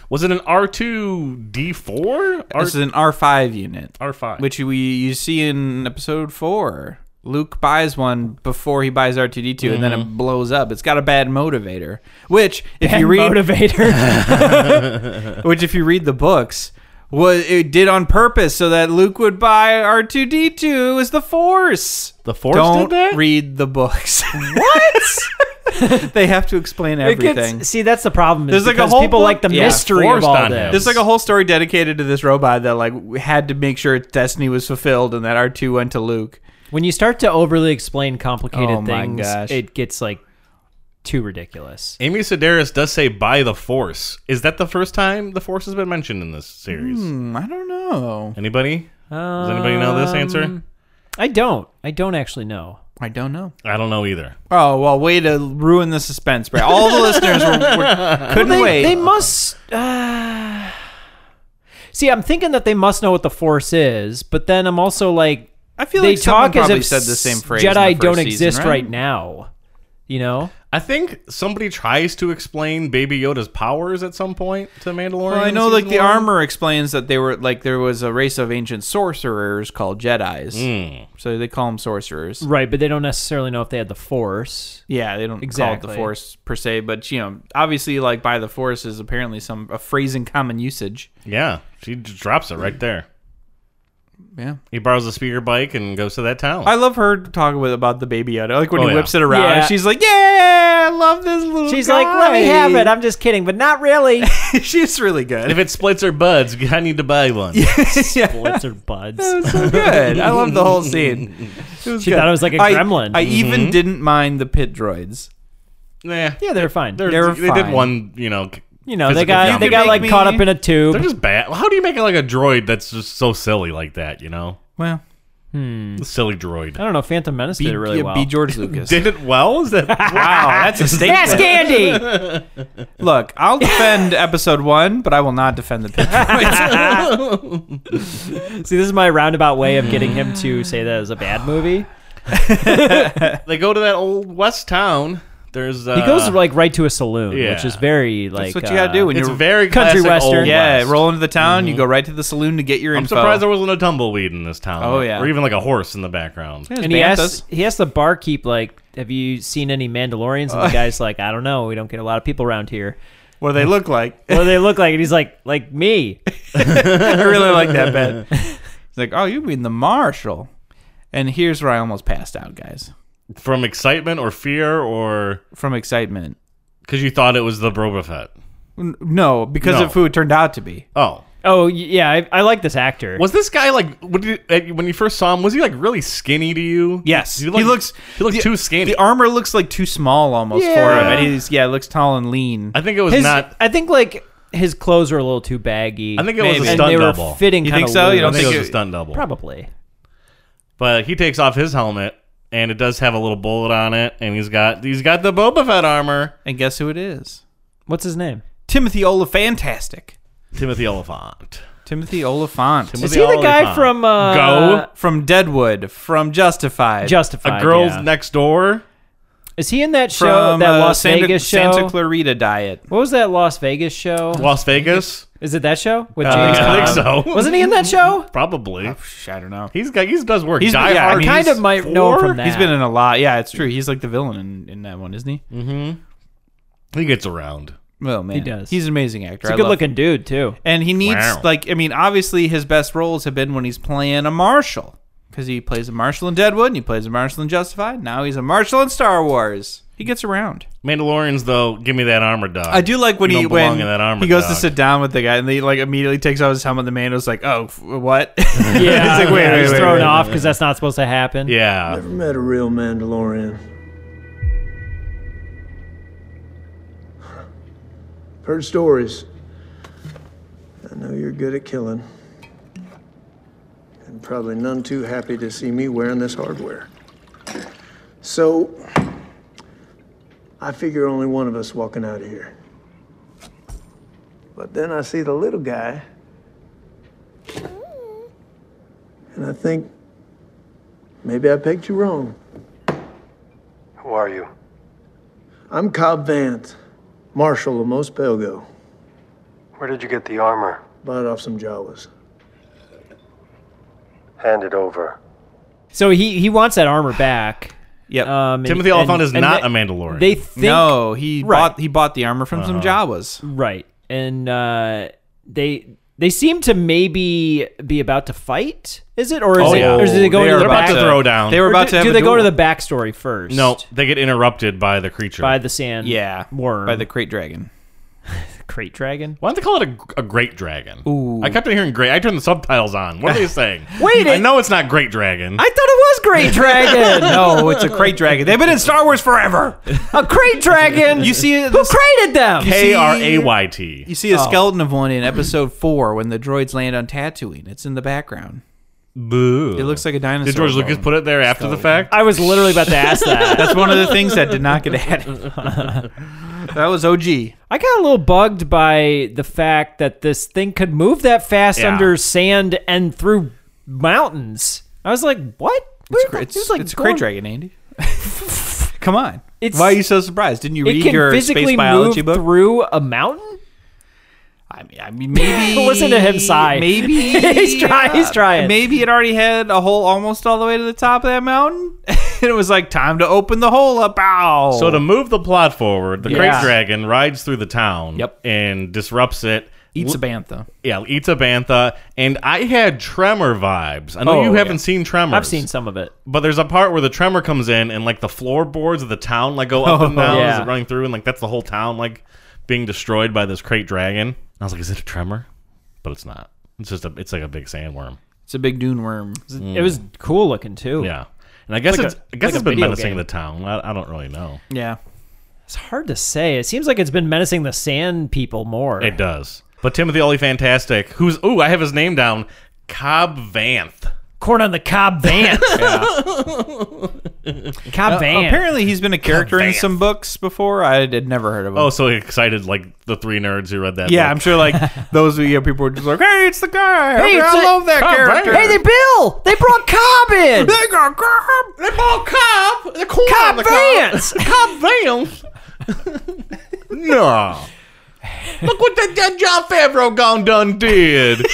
Speaker 1: Was it an R two D four?
Speaker 2: This is an R5 unit,
Speaker 1: R five.
Speaker 2: which we you see in episode four. Luke buys one before he buys R2D2, and then
Speaker 1: Mm-hmm.
Speaker 2: it blows up. It's got a bad motivator. Which, if you read,
Speaker 3: motivator.
Speaker 2: which if you read the books was it did on purpose so that Luke would buy R2D2 as the Force.
Speaker 1: The Force
Speaker 2: Don't
Speaker 1: did that.
Speaker 2: read the books. What? they have to explain
Speaker 3: it
Speaker 2: everything.
Speaker 3: gets, see, that's the problem. Is
Speaker 2: There's, like, a
Speaker 3: because
Speaker 2: whole
Speaker 3: people
Speaker 2: book-
Speaker 3: like the
Speaker 2: yeah,
Speaker 3: mystery of
Speaker 1: forced
Speaker 3: all
Speaker 1: on
Speaker 3: this.
Speaker 1: him.
Speaker 2: There's like a whole story dedicated to this robot that like had to make sure its destiny was fulfilled and that R2 went to Luke.
Speaker 3: when you start to overly explain complicated
Speaker 2: Oh my
Speaker 3: things,
Speaker 2: gosh.
Speaker 3: it gets like too ridiculous.
Speaker 1: Amy Sedaris does say by the Force. Is that the first time the Force has been mentioned in this series?
Speaker 2: Hmm, I don't know.
Speaker 1: Anybody? Does anybody know this
Speaker 2: Um,
Speaker 1: answer?
Speaker 3: I don't. I don't actually know.
Speaker 2: I don't know.
Speaker 1: I don't know either.
Speaker 2: Oh well, way to ruin the suspense, Brad. All the listeners were, were, couldn't wait.
Speaker 3: They must. uh, see, I'm thinking that they must know what the Force is, but then I'm also like,
Speaker 2: I feel
Speaker 3: they
Speaker 2: like someone
Speaker 3: talk as
Speaker 2: probably
Speaker 3: if
Speaker 2: said the same phrase. in the
Speaker 3: Jedi
Speaker 2: first
Speaker 3: don't
Speaker 2: season,
Speaker 3: exist
Speaker 2: right?
Speaker 3: right now. You know,
Speaker 1: I think somebody tries to explain Baby Yoda's powers at some point to Mandalorian.
Speaker 2: Well, I
Speaker 1: in
Speaker 2: know, like
Speaker 1: season
Speaker 2: the
Speaker 1: one.
Speaker 2: armor explains that they were like there was a race of ancient sorcerers called Jedi's, so they call them sorcerers.
Speaker 3: right? But they don't necessarily know if they had the Force.
Speaker 2: Yeah, they don't call it
Speaker 3: Exactly.
Speaker 2: the Force per se, but you know, obviously, like by the Force is apparently some a phrase in common usage. Mm.
Speaker 1: Yeah, she j- drops it right there.
Speaker 2: yeah.
Speaker 1: He borrows a speeder bike and goes to that town.
Speaker 2: I love her talking with about the baby Yoda. Like when
Speaker 1: Oh,
Speaker 2: he
Speaker 1: yeah.
Speaker 2: whips it around,
Speaker 3: Yeah.
Speaker 2: she's like, "Yeah, I love this little."
Speaker 3: She's like, let me have it. I'm just kidding, but not really.
Speaker 2: I'm- she's really good.
Speaker 1: if it splits her buds, I need to buy one.
Speaker 3: Blizzard buds.
Speaker 2: It was so good. I love the whole scene. It was
Speaker 3: She
Speaker 2: good.
Speaker 3: thought it was like a
Speaker 2: I-
Speaker 3: gremlin.
Speaker 2: I even didn't mind the pit droids.
Speaker 1: Nah.
Speaker 3: Yeah, they're fine.
Speaker 1: They're-
Speaker 3: They're,
Speaker 2: They were
Speaker 1: they did
Speaker 2: fine.
Speaker 1: one, you know. c-
Speaker 3: you know, they
Speaker 1: physical
Speaker 3: got
Speaker 1: comedy.
Speaker 3: they
Speaker 2: You
Speaker 3: got
Speaker 2: make
Speaker 3: like
Speaker 2: me-
Speaker 3: caught up in a
Speaker 1: They're
Speaker 3: tube.
Speaker 1: just bad. How do you make it like a droid that's just so silly like that? You know,
Speaker 2: Well,
Speaker 1: The silly droid
Speaker 3: I don't know. Phantom Menace
Speaker 2: be,
Speaker 3: did it really
Speaker 2: yeah,
Speaker 3: well.
Speaker 2: be George Lucas.
Speaker 1: did it well. Is that
Speaker 2: wow, that's a
Speaker 3: Ask
Speaker 2: statement.
Speaker 3: Andy.
Speaker 2: Look, I'll defend episode one, but I will not defend the pit droids.
Speaker 3: See, this is my roundabout way of getting him to say that it was a bad movie.
Speaker 1: they go to that old west town? There's uh,
Speaker 3: He goes like right to a saloon,
Speaker 1: yeah.
Speaker 3: which is very like. uh,
Speaker 2: That's what you gotta do when
Speaker 1: It's
Speaker 2: you're
Speaker 1: very
Speaker 3: Country
Speaker 1: classic
Speaker 3: western.
Speaker 1: old
Speaker 2: yeah,
Speaker 1: west.
Speaker 2: roll into the town. You go right to the saloon to get your
Speaker 1: I'm
Speaker 2: info.
Speaker 1: surprised there wasn't a tumbleweed in this town.
Speaker 2: Oh, yeah.
Speaker 1: or even like a horse in the background.
Speaker 2: There's
Speaker 3: and he
Speaker 2: banthas.
Speaker 3: asks, he asked the barkeep, like, "Have you seen any Mandalorians?"
Speaker 2: Uh.
Speaker 3: And the guy's like, "I don't know. We don't get a lot of people around here.
Speaker 2: what do they look like.
Speaker 3: What do they look like?" And he's like, "Like me."
Speaker 2: I really like that bit. It's like, oh, you mean the marshal? And here's where I almost passed out, guys,
Speaker 1: From excitement or fear or
Speaker 2: from excitement.
Speaker 1: because you thought it was the Boba Fett.
Speaker 2: N- No, because
Speaker 1: No.
Speaker 2: of who it turned out to be.
Speaker 1: Oh,
Speaker 3: Oh y- yeah, I, I like this actor.
Speaker 1: was this guy like what did you, eh, when you first saw him? Was he like really skinny to you?
Speaker 2: Yes,
Speaker 1: he, looked,
Speaker 2: looks.
Speaker 1: he looks
Speaker 2: the-
Speaker 1: too skinny.
Speaker 2: The armor looks like too small almost for him,
Speaker 1: Yeah.
Speaker 2: and he's yeah, looks tall and lean.
Speaker 1: I think it was
Speaker 3: His-
Speaker 1: not.
Speaker 3: I think like his clothes were a little too baggy.
Speaker 1: I think it was
Speaker 2: Maybe.
Speaker 1: a
Speaker 3: and
Speaker 1: stunt
Speaker 3: they
Speaker 1: double.
Speaker 3: were fitting.
Speaker 2: You
Speaker 3: kinda
Speaker 2: think so? You
Speaker 1: I
Speaker 2: don't
Speaker 3: loose.
Speaker 1: think it
Speaker 2: think
Speaker 1: was a
Speaker 2: it-
Speaker 1: stunt double.
Speaker 3: Probably.
Speaker 1: But he takes off his helmet, and it does have a little bullet on it, and he's got he's got the Boba Fett armor.
Speaker 2: and guess who it is?
Speaker 3: What's his name?
Speaker 2: Timothy Olifantastic.
Speaker 1: Timothy Oliphant.
Speaker 2: Timothy Oliphant
Speaker 1: Tim-
Speaker 3: Is
Speaker 1: Timothy
Speaker 3: he the guy
Speaker 1: Olyphant.
Speaker 3: from uh,
Speaker 1: Go?
Speaker 2: from Deadwood, from Justified,
Speaker 3: Justified?
Speaker 1: A girl's
Speaker 3: yeah.
Speaker 1: next door.
Speaker 3: Is he in that show?
Speaker 2: from
Speaker 3: that
Speaker 2: uh,
Speaker 3: Las
Speaker 2: Santa,
Speaker 3: Vegas show.
Speaker 2: Santa Clarita Diet.
Speaker 3: what was that Las Vegas show?
Speaker 1: Las Vegas.
Speaker 3: Is it that show
Speaker 2: Uh,
Speaker 3: with
Speaker 1: I
Speaker 3: James?
Speaker 1: think
Speaker 3: Caan?
Speaker 1: so.
Speaker 3: Wasn't he in that show?
Speaker 1: Probably.
Speaker 2: I don't know.
Speaker 1: He's got he does work.
Speaker 2: He's-
Speaker 1: Die
Speaker 2: yeah, I
Speaker 1: Hard
Speaker 2: mean,
Speaker 3: kind of might know him
Speaker 1: four?
Speaker 3: from that.
Speaker 2: He's been in a lot. Yeah, it's true. He's like the villain in, in that one, isn't he?
Speaker 1: He gets around.
Speaker 2: Well, man,
Speaker 3: Mm. He does.
Speaker 2: He's an amazing actor.
Speaker 3: He's a
Speaker 2: I
Speaker 3: good
Speaker 2: love him.
Speaker 3: looking dude too.
Speaker 2: and he needs
Speaker 1: Wow.
Speaker 2: like I mean, obviously his best roles have been when he's playing a marshal because he plays a marshal in Deadwood, and he plays a marshal in Justified. Now he's a marshal in Star Wars. He gets around.
Speaker 1: Mandalorians though, give me that armor dog.
Speaker 2: I do like when
Speaker 1: You
Speaker 2: he
Speaker 1: don't belong
Speaker 2: when
Speaker 1: in that armor
Speaker 2: he goes to
Speaker 1: dog.
Speaker 2: sit down with the guy and he like immediately takes off his helmet. The man was like, "Oh, f- what?" Yeah,
Speaker 3: Yeah,
Speaker 2: like, wait,
Speaker 3: yeah,
Speaker 2: wait,
Speaker 3: he's
Speaker 2: wait,
Speaker 3: thrown
Speaker 2: wait.
Speaker 3: off because that's not supposed to happen.
Speaker 1: Yeah.
Speaker 5: Never met a real Mandalorian. Heard stories. I know you're good at killing. And probably none too happy to see me wearing this hardware. So, I figure only one of us walking out of here. But then I see the little guy. And I think Maybe I pegged you wrong.
Speaker 6: Who are you?
Speaker 5: I'm Cobb Vanth, Marshal of Mos Pelgo.
Speaker 6: Where did you get the armor?
Speaker 5: Bought off some Jawas.
Speaker 6: Hand it over.
Speaker 3: So he he wants that armor back.
Speaker 2: Yep.
Speaker 3: Um, and-
Speaker 1: Timothy Oliphant
Speaker 3: and-
Speaker 1: is
Speaker 3: and
Speaker 1: not
Speaker 3: they-
Speaker 1: a Mandalorian.
Speaker 3: They think
Speaker 2: no, he
Speaker 3: Right.
Speaker 2: bought he bought the armor from some
Speaker 1: Uh-huh.
Speaker 2: Jawas.
Speaker 3: right, and uh, they they seem to maybe be about to fight. Is it or is
Speaker 1: Oh,
Speaker 3: it
Speaker 1: yeah.
Speaker 3: or is it going to
Speaker 1: They're
Speaker 3: the
Speaker 1: about
Speaker 3: back?
Speaker 1: to throw down.
Speaker 2: They were
Speaker 3: or
Speaker 2: about
Speaker 3: do,
Speaker 2: to. Have
Speaker 3: do
Speaker 2: a
Speaker 3: they go
Speaker 2: duel
Speaker 3: to the backstory first?
Speaker 1: no, they get interrupted by the creature.
Speaker 3: by the sand.
Speaker 2: Yeah,
Speaker 3: worm
Speaker 2: by the crate dragon.
Speaker 3: crate dragon.
Speaker 1: Why don't they call it a, a great dragon? Ooh. I kept on hearing great. I turned the subtitles on. What are they saying?
Speaker 3: Wait,
Speaker 1: I
Speaker 3: it-
Speaker 1: know it's not great dragon.
Speaker 3: I thought it was great dragon.
Speaker 2: no, it's a crate dragon. They've been in Star Wars forever.
Speaker 3: a crate dragon.
Speaker 2: You see it-
Speaker 3: who created them?
Speaker 1: K R A Y T.
Speaker 2: You see a skeleton of one in episode four when the droids land on Tatooine. It's in the background.
Speaker 1: Boo.
Speaker 2: It looks like a dinosaur.
Speaker 1: Did George Lucas
Speaker 2: bone.
Speaker 1: put it there after the fact?
Speaker 3: I was literally about to ask that.
Speaker 2: That's one of the things that did not get added. that was OG.
Speaker 3: I got a little bugged by the fact that this thing could move that fast
Speaker 1: Yeah.
Speaker 3: under sand and through mountains. I was like, what? Where
Speaker 2: It's,
Speaker 3: the-
Speaker 2: cra- it's,
Speaker 3: it was like
Speaker 2: it's a
Speaker 3: going-
Speaker 2: crate dragon, Andy. Come on.
Speaker 3: It's-
Speaker 2: Why are you so surprised? Didn't you
Speaker 3: It
Speaker 2: read
Speaker 3: can
Speaker 2: your
Speaker 3: physically
Speaker 2: space biology
Speaker 3: move
Speaker 2: book?
Speaker 3: through a mountain.
Speaker 2: I mean, I mean, maybe.
Speaker 3: Listen to him sigh.
Speaker 2: Maybe
Speaker 3: He's try- he's trying.
Speaker 2: Maybe it already had a hole almost all the way to the top of that mountain, and it was like time to open the hole up. Ow!
Speaker 1: So to move the plot forward, the
Speaker 3: Yeah.
Speaker 1: Great Dragon rides through the town
Speaker 2: Yep.
Speaker 1: and disrupts it.
Speaker 2: Eats a bantha.
Speaker 1: Yeah, Ita Bantha, and I had Tremor vibes. I know
Speaker 3: Oh,
Speaker 1: you haven't
Speaker 3: yeah.
Speaker 1: seen Tremors.
Speaker 3: I've seen some of it.
Speaker 1: but there's a part where the Tremor comes in, and like the floorboards of the town like go up and
Speaker 2: Oh,
Speaker 1: down as
Speaker 3: yeah.
Speaker 1: it's running through, and like that's the whole town like being destroyed by this crate dragon. And I was like, is it a Tremor? But it's not. It's just a. It's like a big sandworm.
Speaker 2: It's a big dune worm.
Speaker 3: It was cool looking too.
Speaker 1: Yeah, and I guess
Speaker 3: like
Speaker 1: it's.
Speaker 3: a-
Speaker 1: I guess
Speaker 3: like a
Speaker 1: it's been
Speaker 3: video
Speaker 1: menacing
Speaker 3: game.
Speaker 1: the town. I, I don't really know.
Speaker 2: Yeah.
Speaker 3: It's hard to say. It seems like it's been menacing the sand people more.
Speaker 1: It does. But Timothy Olyphant, fantastic. Who's? Ooh, I have his name down. Cobb Vanth.
Speaker 3: Corn on the cob van. Cob van.
Speaker 2: Uh, Apparently, he's been a character in some books before. I had never heard of him.
Speaker 1: Oh, so excited! Like the three nerds who read that.
Speaker 2: yeah,
Speaker 1: book.
Speaker 2: I'm sure like those of you people were just like, "Hey, it's the guy. Okay,
Speaker 3: Hey, it's
Speaker 2: I
Speaker 3: a-
Speaker 2: love that
Speaker 1: Cobb
Speaker 2: character."
Speaker 1: Vanth.
Speaker 3: Hey, they Bill. They brought Cobb in.
Speaker 2: They got Cobb.
Speaker 1: They bought Cobb. The corn on
Speaker 3: Cobb
Speaker 1: the
Speaker 3: Vance.
Speaker 1: Cobb Vance. no. Look what that, that John Favreau gone done did.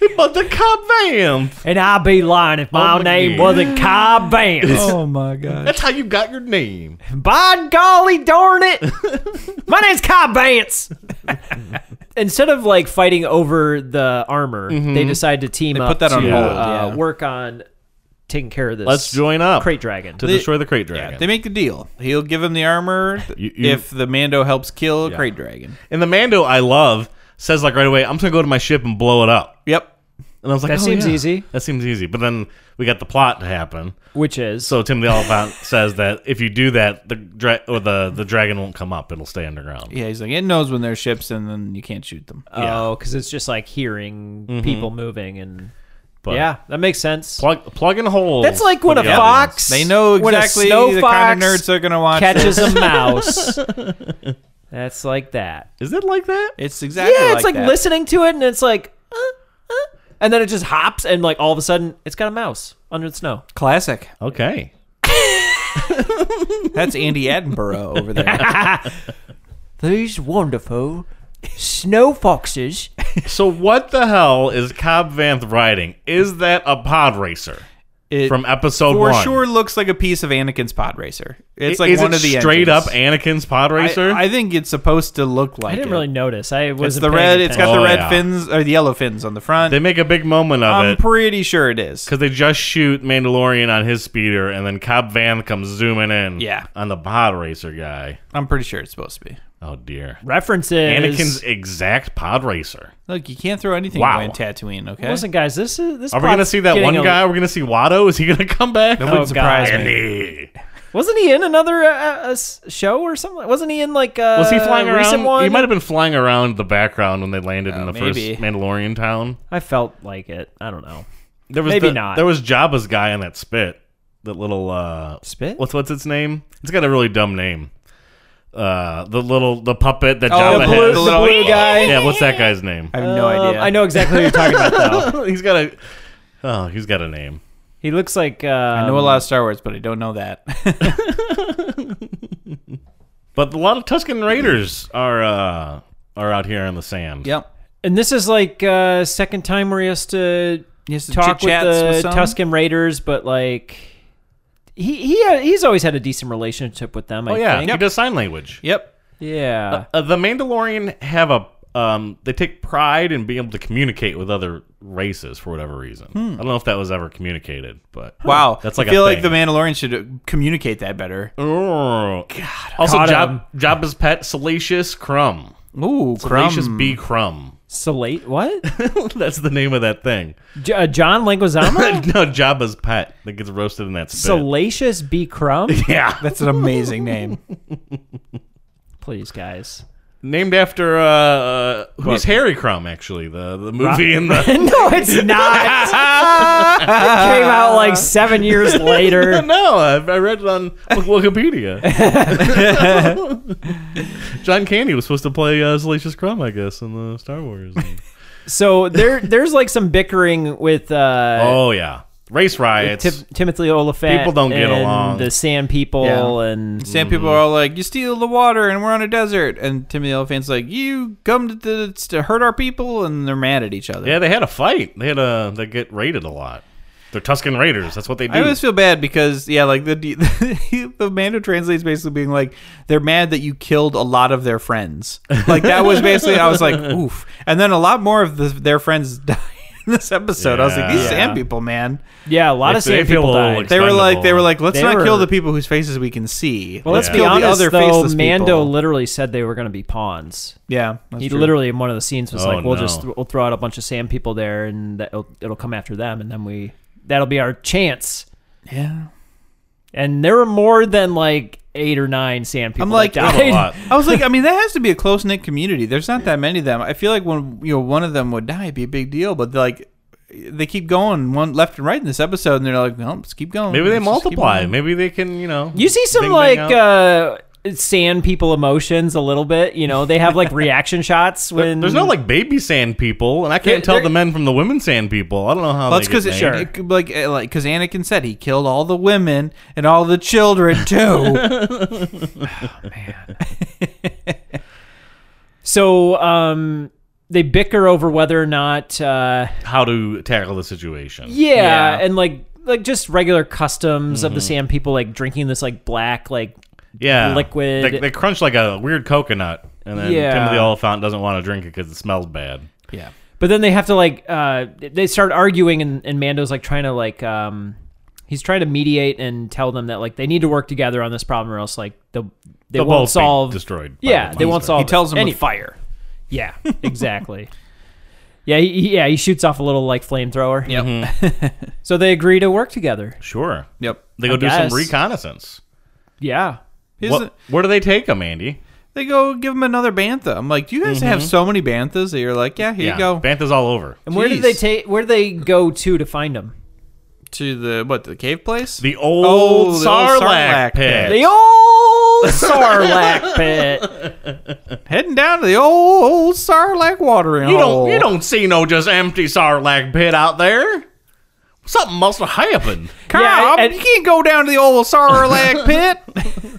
Speaker 1: he bought the Cobb Vance.
Speaker 3: And I'd be lying if my
Speaker 1: Oh, my
Speaker 3: name
Speaker 1: God.
Speaker 3: wasn't Cobb Vance.
Speaker 2: Oh my god.
Speaker 1: That's how you got your name.
Speaker 3: By golly darn it. my name's Cobb Vance. Instead of like fighting over the armor, they decide to team up
Speaker 2: Mm-hmm. put that
Speaker 3: to
Speaker 2: on
Speaker 1: hold,
Speaker 3: uh,
Speaker 2: yeah.
Speaker 3: work on taking care of this.
Speaker 1: Let's join up
Speaker 3: Crate Dragon.
Speaker 1: to
Speaker 2: They-
Speaker 1: destroy the crate dragon.
Speaker 2: Yeah, they make the deal. He'll give him the armor th-
Speaker 1: You- you-
Speaker 2: if the Mando helps kill a Crate Dragon.
Speaker 1: and the Mando I love says like right away, I'm gonna go to my ship and blow it up.
Speaker 2: Yep.
Speaker 1: And I was like,
Speaker 3: That
Speaker 1: "Oh,
Speaker 3: seems
Speaker 1: yeah.
Speaker 3: easy."
Speaker 1: That seems easy. But then we got the plot to happen.
Speaker 3: Which is
Speaker 1: So Tim the Elephant says that if you do that, the dra- or the the dragon won't come up; it'll stay underground.
Speaker 2: Yeah, he's like, it knows when there's ships, and then you can't shoot them.
Speaker 3: Oh, because it's just like hearing
Speaker 2: Mm-hmm.
Speaker 3: people moving and
Speaker 1: But
Speaker 3: yeah, that makes sense.
Speaker 1: plug plug in holes.
Speaker 3: That's like when a
Speaker 1: Yeah.
Speaker 3: fox.
Speaker 2: They know
Speaker 3: when a
Speaker 2: exactly
Speaker 3: snow
Speaker 2: the
Speaker 3: fox
Speaker 2: kind of nerds that are going to watch.
Speaker 3: catches
Speaker 2: this.
Speaker 3: a mouse. That's like that.
Speaker 1: Is it like that?
Speaker 2: It's exactly
Speaker 3: Yeah, it's like,
Speaker 2: that.
Speaker 3: listening to it and it's like, uh, uh, and then it just hops and like all of a sudden it's got a mouse under the snow.
Speaker 2: Classic.
Speaker 1: Okay.
Speaker 2: That's Andy Attenborough over there.
Speaker 3: These wonderful snow foxes.
Speaker 1: So what the hell is Cobb Vanth riding? Is that a pod racer
Speaker 2: It
Speaker 1: from episode
Speaker 2: for
Speaker 1: one?
Speaker 2: sure looks like a piece of Anakin's pod racer. It's like
Speaker 1: is
Speaker 2: one
Speaker 1: it
Speaker 2: of the
Speaker 1: straight
Speaker 2: engines.
Speaker 1: up Anakin's pod racer.
Speaker 2: I, I think it's supposed to look like.
Speaker 3: I didn't
Speaker 2: it.
Speaker 3: really notice. I was
Speaker 2: It's the red. It's got
Speaker 1: Oh,
Speaker 2: the red
Speaker 1: yeah.
Speaker 2: fins or the yellow fins on the front.
Speaker 1: they make a big moment of
Speaker 2: I'm
Speaker 1: it 'cause it
Speaker 2: pretty sure it is.
Speaker 1: because they just shoot Mandalorian on his speeder, and then Cobb Vanth comes zooming in.
Speaker 2: Yeah.
Speaker 1: on the pod racer guy.
Speaker 2: I'm pretty sure it's supposed to be.
Speaker 1: Oh dear.
Speaker 3: references.
Speaker 1: Anakin's exact pod racer.
Speaker 2: Look, you can't throw anything
Speaker 1: Wow.
Speaker 2: away in Tatooine. Okay.
Speaker 3: Listen, guys, this is this.
Speaker 1: Are we gonna
Speaker 3: plot's
Speaker 1: see that
Speaker 3: getting
Speaker 1: one
Speaker 3: a-
Speaker 1: guy? We're gonna see Watto. Is he gonna come back?
Speaker 2: That wouldn't
Speaker 3: Oh,
Speaker 2: surprise
Speaker 3: God.
Speaker 2: me.
Speaker 1: Andy.
Speaker 3: Wasn't he in another uh, uh, s- show or something? Wasn't he in like uh,
Speaker 1: Was he flying
Speaker 3: a recent
Speaker 1: around?
Speaker 3: One?
Speaker 1: He might have been flying around the background when they landed in the
Speaker 2: Uh, maybe.
Speaker 1: first Mandalorian town.
Speaker 3: I felt like it. I don't know.
Speaker 1: There was
Speaker 3: Maybe
Speaker 1: the-
Speaker 3: not.
Speaker 1: There was Jabba's guy on that spit. That little uh,
Speaker 3: Spit?
Speaker 1: What's what's its name? It's got a really dumb name. Uh, the little the puppet that Jabba
Speaker 2: the
Speaker 1: has.
Speaker 2: blue- the little- blue
Speaker 3: guy.
Speaker 1: yeah, what's that guy's name?
Speaker 2: I have no
Speaker 3: Um,
Speaker 2: idea.
Speaker 3: I know exactly who you're talking about. Though
Speaker 1: he's got a. Oh, he's got a name.
Speaker 3: he looks like. Um,
Speaker 2: I know a lot of Star Wars, but I don't know that.
Speaker 1: But a lot of Tuscan Raiders are uh, are out here on the sand.
Speaker 2: yep.
Speaker 3: And this is like uh, second time where he has to
Speaker 2: He has to
Speaker 3: talk with
Speaker 2: chit-chats with uh,
Speaker 3: the
Speaker 2: some?
Speaker 3: Tuscan Raiders, but like he he uh, he's always had a decent relationship with them. I
Speaker 1: Oh yeah,
Speaker 3: think.
Speaker 1: he does sign language.
Speaker 2: Yep.
Speaker 3: yeah.
Speaker 1: Uh, the Mandalorian have a um, they take pride in being able to communicate with other races for whatever reason. I don't know if that was ever communicated, but
Speaker 2: Wow.
Speaker 1: that's like
Speaker 2: I feel
Speaker 1: a
Speaker 2: like the
Speaker 1: thing.
Speaker 2: Mandalorian should communicate that better.
Speaker 1: Oh, also,
Speaker 3: Caught
Speaker 1: Jab, Jabba's pet, Salacious Crumb.
Speaker 2: Ooh,
Speaker 1: Salacious
Speaker 2: crumb.
Speaker 1: B. Crumb.
Speaker 3: Salate what?
Speaker 1: That's the name of that thing.
Speaker 3: J- uh, John Leguizamo.
Speaker 1: no, Jabba's pet that gets roasted in that spit.
Speaker 3: Salacious B crumb.
Speaker 1: yeah,
Speaker 2: That's an amazing name.
Speaker 3: Please, guys.
Speaker 1: named after uh, uh who's Harry Crumb? Actually, the the movie in the
Speaker 3: No, it's not. it came out like seven years later.
Speaker 1: No, I, I read it on Wikipedia. John Candy was supposed to play uh, Salacious Crumb, I guess, in the Star Wars.
Speaker 3: So there, there's like some bickering with uh,
Speaker 1: oh yeah, race riots.
Speaker 3: Tim- Timothy Oliphant.
Speaker 1: People don't get
Speaker 3: and
Speaker 1: along.
Speaker 3: The sand people
Speaker 2: Yeah.
Speaker 3: and
Speaker 2: Sam people are all like, "You steal the water, and we're on a desert." And Timmy the Elephant's like, "You come to, the, to hurt our people," and they're mad at each other.
Speaker 1: yeah, they had a fight. They had a they get raided a lot. They're Tuscan Raiders. That's what they do.
Speaker 2: I always feel bad because yeah, like the the, the Mando translates basically being like they're mad that you killed a lot of their friends. Like that was basically I was like oof, and then a lot more of the, their friends died in this episode. I was like these
Speaker 1: Yeah.
Speaker 2: sand people, man.
Speaker 3: Yeah, a lot
Speaker 1: Like,
Speaker 3: of
Speaker 1: they
Speaker 3: sand
Speaker 1: feel
Speaker 3: people
Speaker 1: a little
Speaker 3: died.
Speaker 1: ex-
Speaker 2: They were like they were like let's
Speaker 3: They
Speaker 2: not
Speaker 3: were-
Speaker 2: kill the people whose faces we can see.
Speaker 3: well, let's
Speaker 1: Yeah.
Speaker 3: be
Speaker 2: kill
Speaker 3: honest,
Speaker 2: the other
Speaker 3: though.
Speaker 2: faceless
Speaker 3: Mando
Speaker 2: people.
Speaker 3: literally said they were going to be pawns.
Speaker 2: yeah, that's
Speaker 3: he
Speaker 2: true.
Speaker 3: literally in one of the scenes was
Speaker 1: Oh,
Speaker 3: like, "We'll
Speaker 1: no.
Speaker 3: just we'll throw out a bunch of sand people there, and that it'll, it'll come after them, and then we that'll be our chance."
Speaker 2: yeah.
Speaker 3: And there were more than like eight or nine sand people.
Speaker 2: I'm like,
Speaker 3: that
Speaker 1: Not a
Speaker 3: died.
Speaker 1: lot.
Speaker 2: I was like, I mean, that has to be a close knit community. There's not that many of them. I feel like when you know one of them would die, it'd be a big deal. But like, they keep going one left and right in this episode, and they're like, well, let's keep going.
Speaker 1: Maybe they
Speaker 2: Let's just keep
Speaker 1: multiply.
Speaker 2: going."
Speaker 1: Maybe they can, you know.
Speaker 3: You see some
Speaker 1: big bang
Speaker 3: like
Speaker 1: out.
Speaker 3: uh, sand people emotions a little bit. You know, they have like reaction shots
Speaker 1: There-
Speaker 3: when
Speaker 1: There's no like baby sand people, and I
Speaker 3: There-
Speaker 1: can't tell
Speaker 3: there-
Speaker 1: the men from the women sand people. I don't know how.
Speaker 2: Well, that's
Speaker 1: because
Speaker 2: because it, it, could- like eh, like because Anakin said he killed all the women and all the children too.
Speaker 3: So um, they bicker over whether or not. Uh,
Speaker 1: how to tackle the situation.
Speaker 3: yeah,
Speaker 2: Yeah.
Speaker 3: and like like just regular customs
Speaker 1: Mm-hmm.
Speaker 3: of the sand people, like drinking this like black like
Speaker 1: Yeah.
Speaker 3: Liquid.
Speaker 1: They, they crunch like a weird coconut, and then
Speaker 3: Yeah.
Speaker 1: Timothy Oliphant doesn't want to drink it because it smells bad.
Speaker 2: yeah,
Speaker 3: But then they have to like uh, they start arguing, and, and Mando's like trying to like um, he's trying to mediate and tell them that like they need to work together on this problem, or else like they'll they
Speaker 1: They'll
Speaker 3: won't
Speaker 1: both be
Speaker 3: solve
Speaker 1: destroyed by
Speaker 3: Yeah,
Speaker 1: the
Speaker 3: they won't
Speaker 1: monster.
Speaker 3: solve.
Speaker 2: He tells them
Speaker 3: any
Speaker 2: with
Speaker 3: fire. Yeah, exactly. yeah, he, he- yeah, he shoots off a little like flamethrower.
Speaker 1: Mm-hmm.
Speaker 2: yep,
Speaker 3: So they agree to work together.
Speaker 1: Sure.
Speaker 2: yep.
Speaker 1: They go
Speaker 3: I
Speaker 1: do
Speaker 3: guess.
Speaker 1: some reconnaissance.
Speaker 3: Yeah.
Speaker 2: Here's
Speaker 1: What, where do they take them, Andy?
Speaker 2: the- they go give him another bantha. I'm like, you guys have so many banthas that you're like, yeah, here
Speaker 1: Mm-hmm. yeah,
Speaker 2: you go
Speaker 1: Bantha's all over.
Speaker 3: And where
Speaker 2: Jeez.
Speaker 3: did they take? Where did they go to to find him?
Speaker 2: to the what the cave place.
Speaker 1: The old
Speaker 2: Oh, the old
Speaker 1: Sarlacc,
Speaker 2: Sarlacc
Speaker 1: pit.
Speaker 2: pit.
Speaker 3: The old Sarlacc pit.
Speaker 2: Heading down to the old, old Sarlacc watering
Speaker 1: You
Speaker 2: hole.
Speaker 1: don't you don't see no just empty Sarlacc pit out there. Something must have happened.
Speaker 2: Cobb,
Speaker 3: Yeah, and-
Speaker 2: you can't go down to the old Sarlacc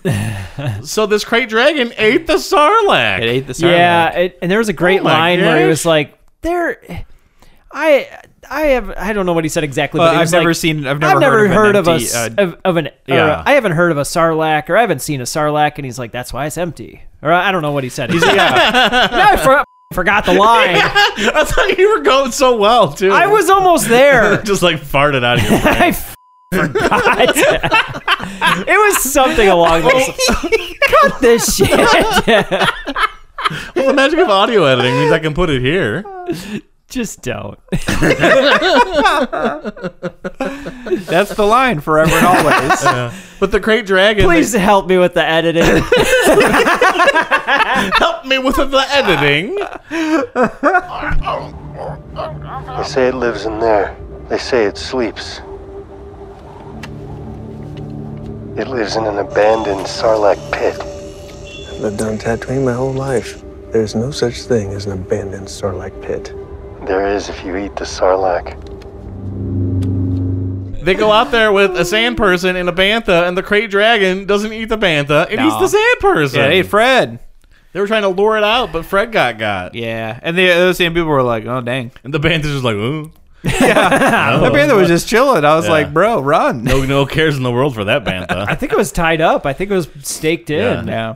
Speaker 2: pit.
Speaker 1: so this crate dragon ate the Sarlacc.
Speaker 2: It ate the Sarlacc.
Speaker 3: Yeah, it, and there was a great
Speaker 1: Oh my
Speaker 3: line where he
Speaker 1: gosh.
Speaker 3: was like, "There, I, I have, I don't know what he said exactly,
Speaker 2: Well,
Speaker 3: but he
Speaker 2: Uh, I've
Speaker 3: was
Speaker 2: never
Speaker 3: like,
Speaker 2: seen- I've never heard of an
Speaker 3: heard of,
Speaker 2: empty,
Speaker 3: a, s-
Speaker 2: uh,
Speaker 3: of, of an, or a-
Speaker 1: Yeah.
Speaker 3: I haven't heard of a sarlacc, or I haven't seen a sarlacc," and he's like, "That's why it's empty," or I don't know what he said. He's like, "No, I for- forgot the line.
Speaker 1: I thought you were going so well too.
Speaker 3: I was almost there.
Speaker 1: just like farted out of your brain.
Speaker 3: I f- forgot. it was something along those. Cut this shit.
Speaker 1: well, the magic of audio editing means I can put it here.
Speaker 3: Just don't.
Speaker 2: That's the line forever and always.
Speaker 1: But the crate dragon
Speaker 3: Please help me with the editing.
Speaker 1: help me with the editing.
Speaker 6: They say it lives in there. They say it sleeps. It lives in an abandoned Sarlacc pit.
Speaker 5: Lived on Tatooine my whole life. There's no such thing as an abandoned Sarlacc pit.
Speaker 6: There is if you eat the Sarlacc.
Speaker 1: They go out there with a sand person and a bantha, and the crate dragon doesn't eat the bantha; it eats the sand person.
Speaker 2: yeah, hey, Fred.
Speaker 1: they were trying to lure it out, but Fred got got,
Speaker 2: Yeah, and the other same people were like, "Oh dang!"
Speaker 1: and the bantha's just like, ooh,
Speaker 2: The panther was just chilling. I was
Speaker 1: Oh. Yeah.
Speaker 2: like, "Bro, run!"
Speaker 1: no, no cares in the world for that bantha.
Speaker 3: I think it was tied up. I think it was staked in.
Speaker 2: Yeah,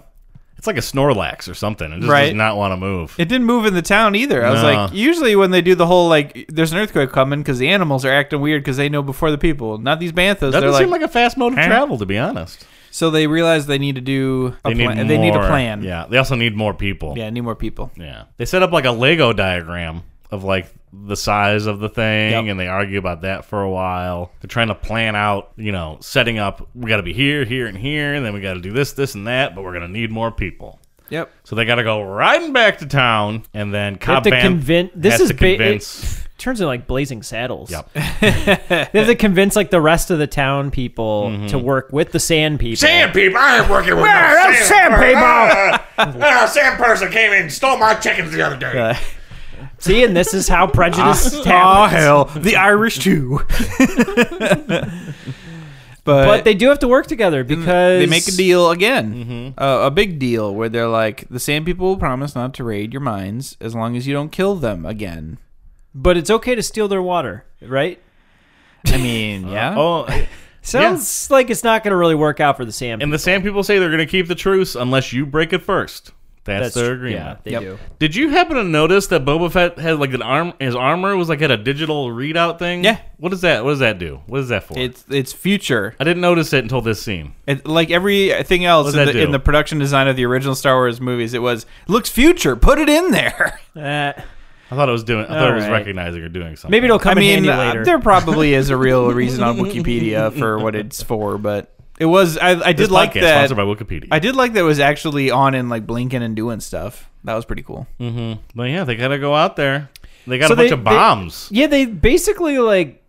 Speaker 1: it's like a Snorlax or something. It just
Speaker 2: Right.
Speaker 1: does not want to move.
Speaker 2: it didn't move in the town either. I was
Speaker 1: No.
Speaker 2: like, usually when they do the whole like, "There's an earthquake coming," because the animals are acting weird because they know before the people. Not these banthas.
Speaker 1: Doesn't
Speaker 2: They're like,
Speaker 1: seem like a fast mode of travel, to be honest.
Speaker 2: so they realize they need to do. A
Speaker 1: They need
Speaker 2: plan. They need a
Speaker 1: more-
Speaker 2: plan.
Speaker 1: Yeah, they also need more people.
Speaker 2: yeah, need more people.
Speaker 1: Yeah. They set up like a Lego diagram of like the size of the thing
Speaker 2: Yep.
Speaker 1: and they argue about that for a while. They're trying to plan out, you know, setting up we got to be here, here and here and then we got to do this, this and that, but we're going to need more people.
Speaker 2: Yep.
Speaker 1: So they got to go riding back to town and then
Speaker 3: They have
Speaker 2: Ah,
Speaker 1: Cobb
Speaker 3: to
Speaker 1: Vanth
Speaker 3: convince. This
Speaker 1: has
Speaker 3: is
Speaker 1: to
Speaker 3: ba- it
Speaker 1: convince
Speaker 3: turns into like Blazing Saddles.
Speaker 1: Yep.
Speaker 3: they have to convince like the rest of the town people
Speaker 2: Mm-hmm.
Speaker 3: to work with the sand people.
Speaker 7: Sand people, I ain't working with no sand, people. Uh, a sand person came in and stole my chickens the other day.
Speaker 3: See, and this is how prejudice
Speaker 2: Oh
Speaker 3: happens.
Speaker 2: hell, the Irish too. but,
Speaker 3: But they do have to work together because
Speaker 2: they make a deal again,
Speaker 1: Mm-hmm.
Speaker 2: uh, a big deal where they're like, the same people will promise not to raid your mines as long as you don't kill them again.
Speaker 3: But it's okay to steal their water, right?
Speaker 2: I mean, yeah.
Speaker 1: Oh,
Speaker 3: Sounds like it's not going to really work out for the Sam.
Speaker 1: and the Sand People say they're going to keep the truce unless you break it first. That's,
Speaker 3: true.
Speaker 1: their agreement.
Speaker 3: Yeah, they
Speaker 2: Yep.
Speaker 3: do.
Speaker 1: Did you happen to notice that Boba Fett had like an arm? His armor was like had a digital readout thing.
Speaker 2: Yeah.
Speaker 1: What does that? What does that do? What is that for?
Speaker 2: It's it's future.
Speaker 1: I didn't notice it until this scene.
Speaker 2: It, like everything else
Speaker 1: What's
Speaker 2: in
Speaker 1: that
Speaker 2: the, in
Speaker 1: do?
Speaker 2: the production design of the original Star Wars movies, it was looks future. Put it in there.
Speaker 3: Uh,
Speaker 1: I thought it was doing. I thought it was
Speaker 3: Alright.
Speaker 1: recognizing or doing something.
Speaker 3: maybe it'll
Speaker 2: I
Speaker 3: come in
Speaker 2: mean,
Speaker 3: handy
Speaker 2: uh,
Speaker 3: later.
Speaker 2: there probably is a real reason on Wikipedia for what it's for, but it was. I, I
Speaker 1: This
Speaker 2: did like
Speaker 1: podcast
Speaker 2: that.
Speaker 1: Sponsored by Wikipedia.
Speaker 2: I did like that it was actually on and like blinking and doing stuff. That was pretty cool.
Speaker 1: but yeah, they gotta go out there. They got
Speaker 3: So
Speaker 1: a bunch
Speaker 3: they-
Speaker 1: of bombs.
Speaker 3: Yeah, they basically like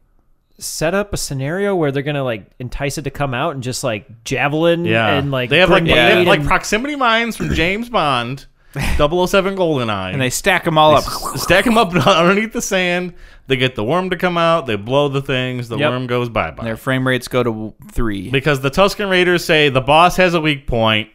Speaker 3: set up a scenario where they're gonna like entice it to come out and just like javelin
Speaker 1: yeah.
Speaker 3: and like
Speaker 1: they have like,
Speaker 3: grenade
Speaker 1: they have,
Speaker 3: and-
Speaker 1: like proximity mines from James Bond, 007 GoldenEye,
Speaker 2: And they stack them all up.
Speaker 1: stack them up underneath the sand. They get the worm to come out. They blow the things. The
Speaker 3: Yep.
Speaker 1: worm goes bye bye.
Speaker 2: Their frame rates go to three.
Speaker 1: because the Tuscan Raiders say the boss has a weak point.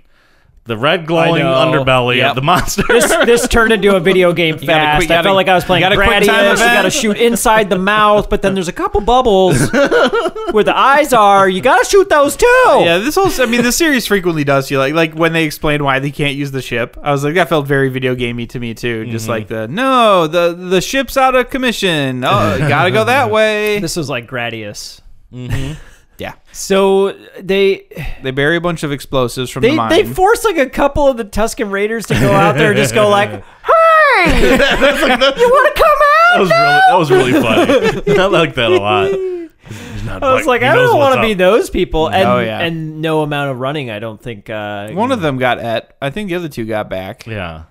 Speaker 1: The red glowing
Speaker 3: I know.
Speaker 1: underbelly
Speaker 2: Yep.
Speaker 1: of the monster.
Speaker 3: this, this turned into a video game fast.
Speaker 2: gotta quick-
Speaker 3: I
Speaker 2: gotta-
Speaker 3: felt like I was playing
Speaker 2: you gotta quick
Speaker 3: Gradius. You
Speaker 2: time event.
Speaker 3: gotta shoot inside the mouth, but then there's a couple bubbles where the eyes are. You gotta shoot those too.
Speaker 2: Yeah, this whole I mean the series frequently does you like like when they explain why they can't use the ship. I was like that felt very video gamey to me too. Just
Speaker 1: Mm-hmm.
Speaker 2: like the no, the the ship's out of commission. Oh, got to go that way.
Speaker 3: This was like Gradius.
Speaker 2: Yeah.
Speaker 3: So they
Speaker 2: They bury a bunch of explosives from the
Speaker 3: they
Speaker 2: mine.
Speaker 3: they forced like a couple of the Tuscan Raiders to go out there and just go like, "Hey, you want
Speaker 1: that
Speaker 3: to come
Speaker 1: was
Speaker 3: out?"
Speaker 1: really that was really funny. I like that a lot. He's not
Speaker 3: I was
Speaker 1: black.
Speaker 3: like,
Speaker 1: He
Speaker 3: I
Speaker 1: knows
Speaker 3: don't
Speaker 1: what's
Speaker 3: want to be
Speaker 1: up.
Speaker 3: those people, and
Speaker 2: Oh, yeah.
Speaker 3: and no amount of running, I don't think. Uh,
Speaker 2: One of them got at. I think the other two got back.
Speaker 1: Yeah.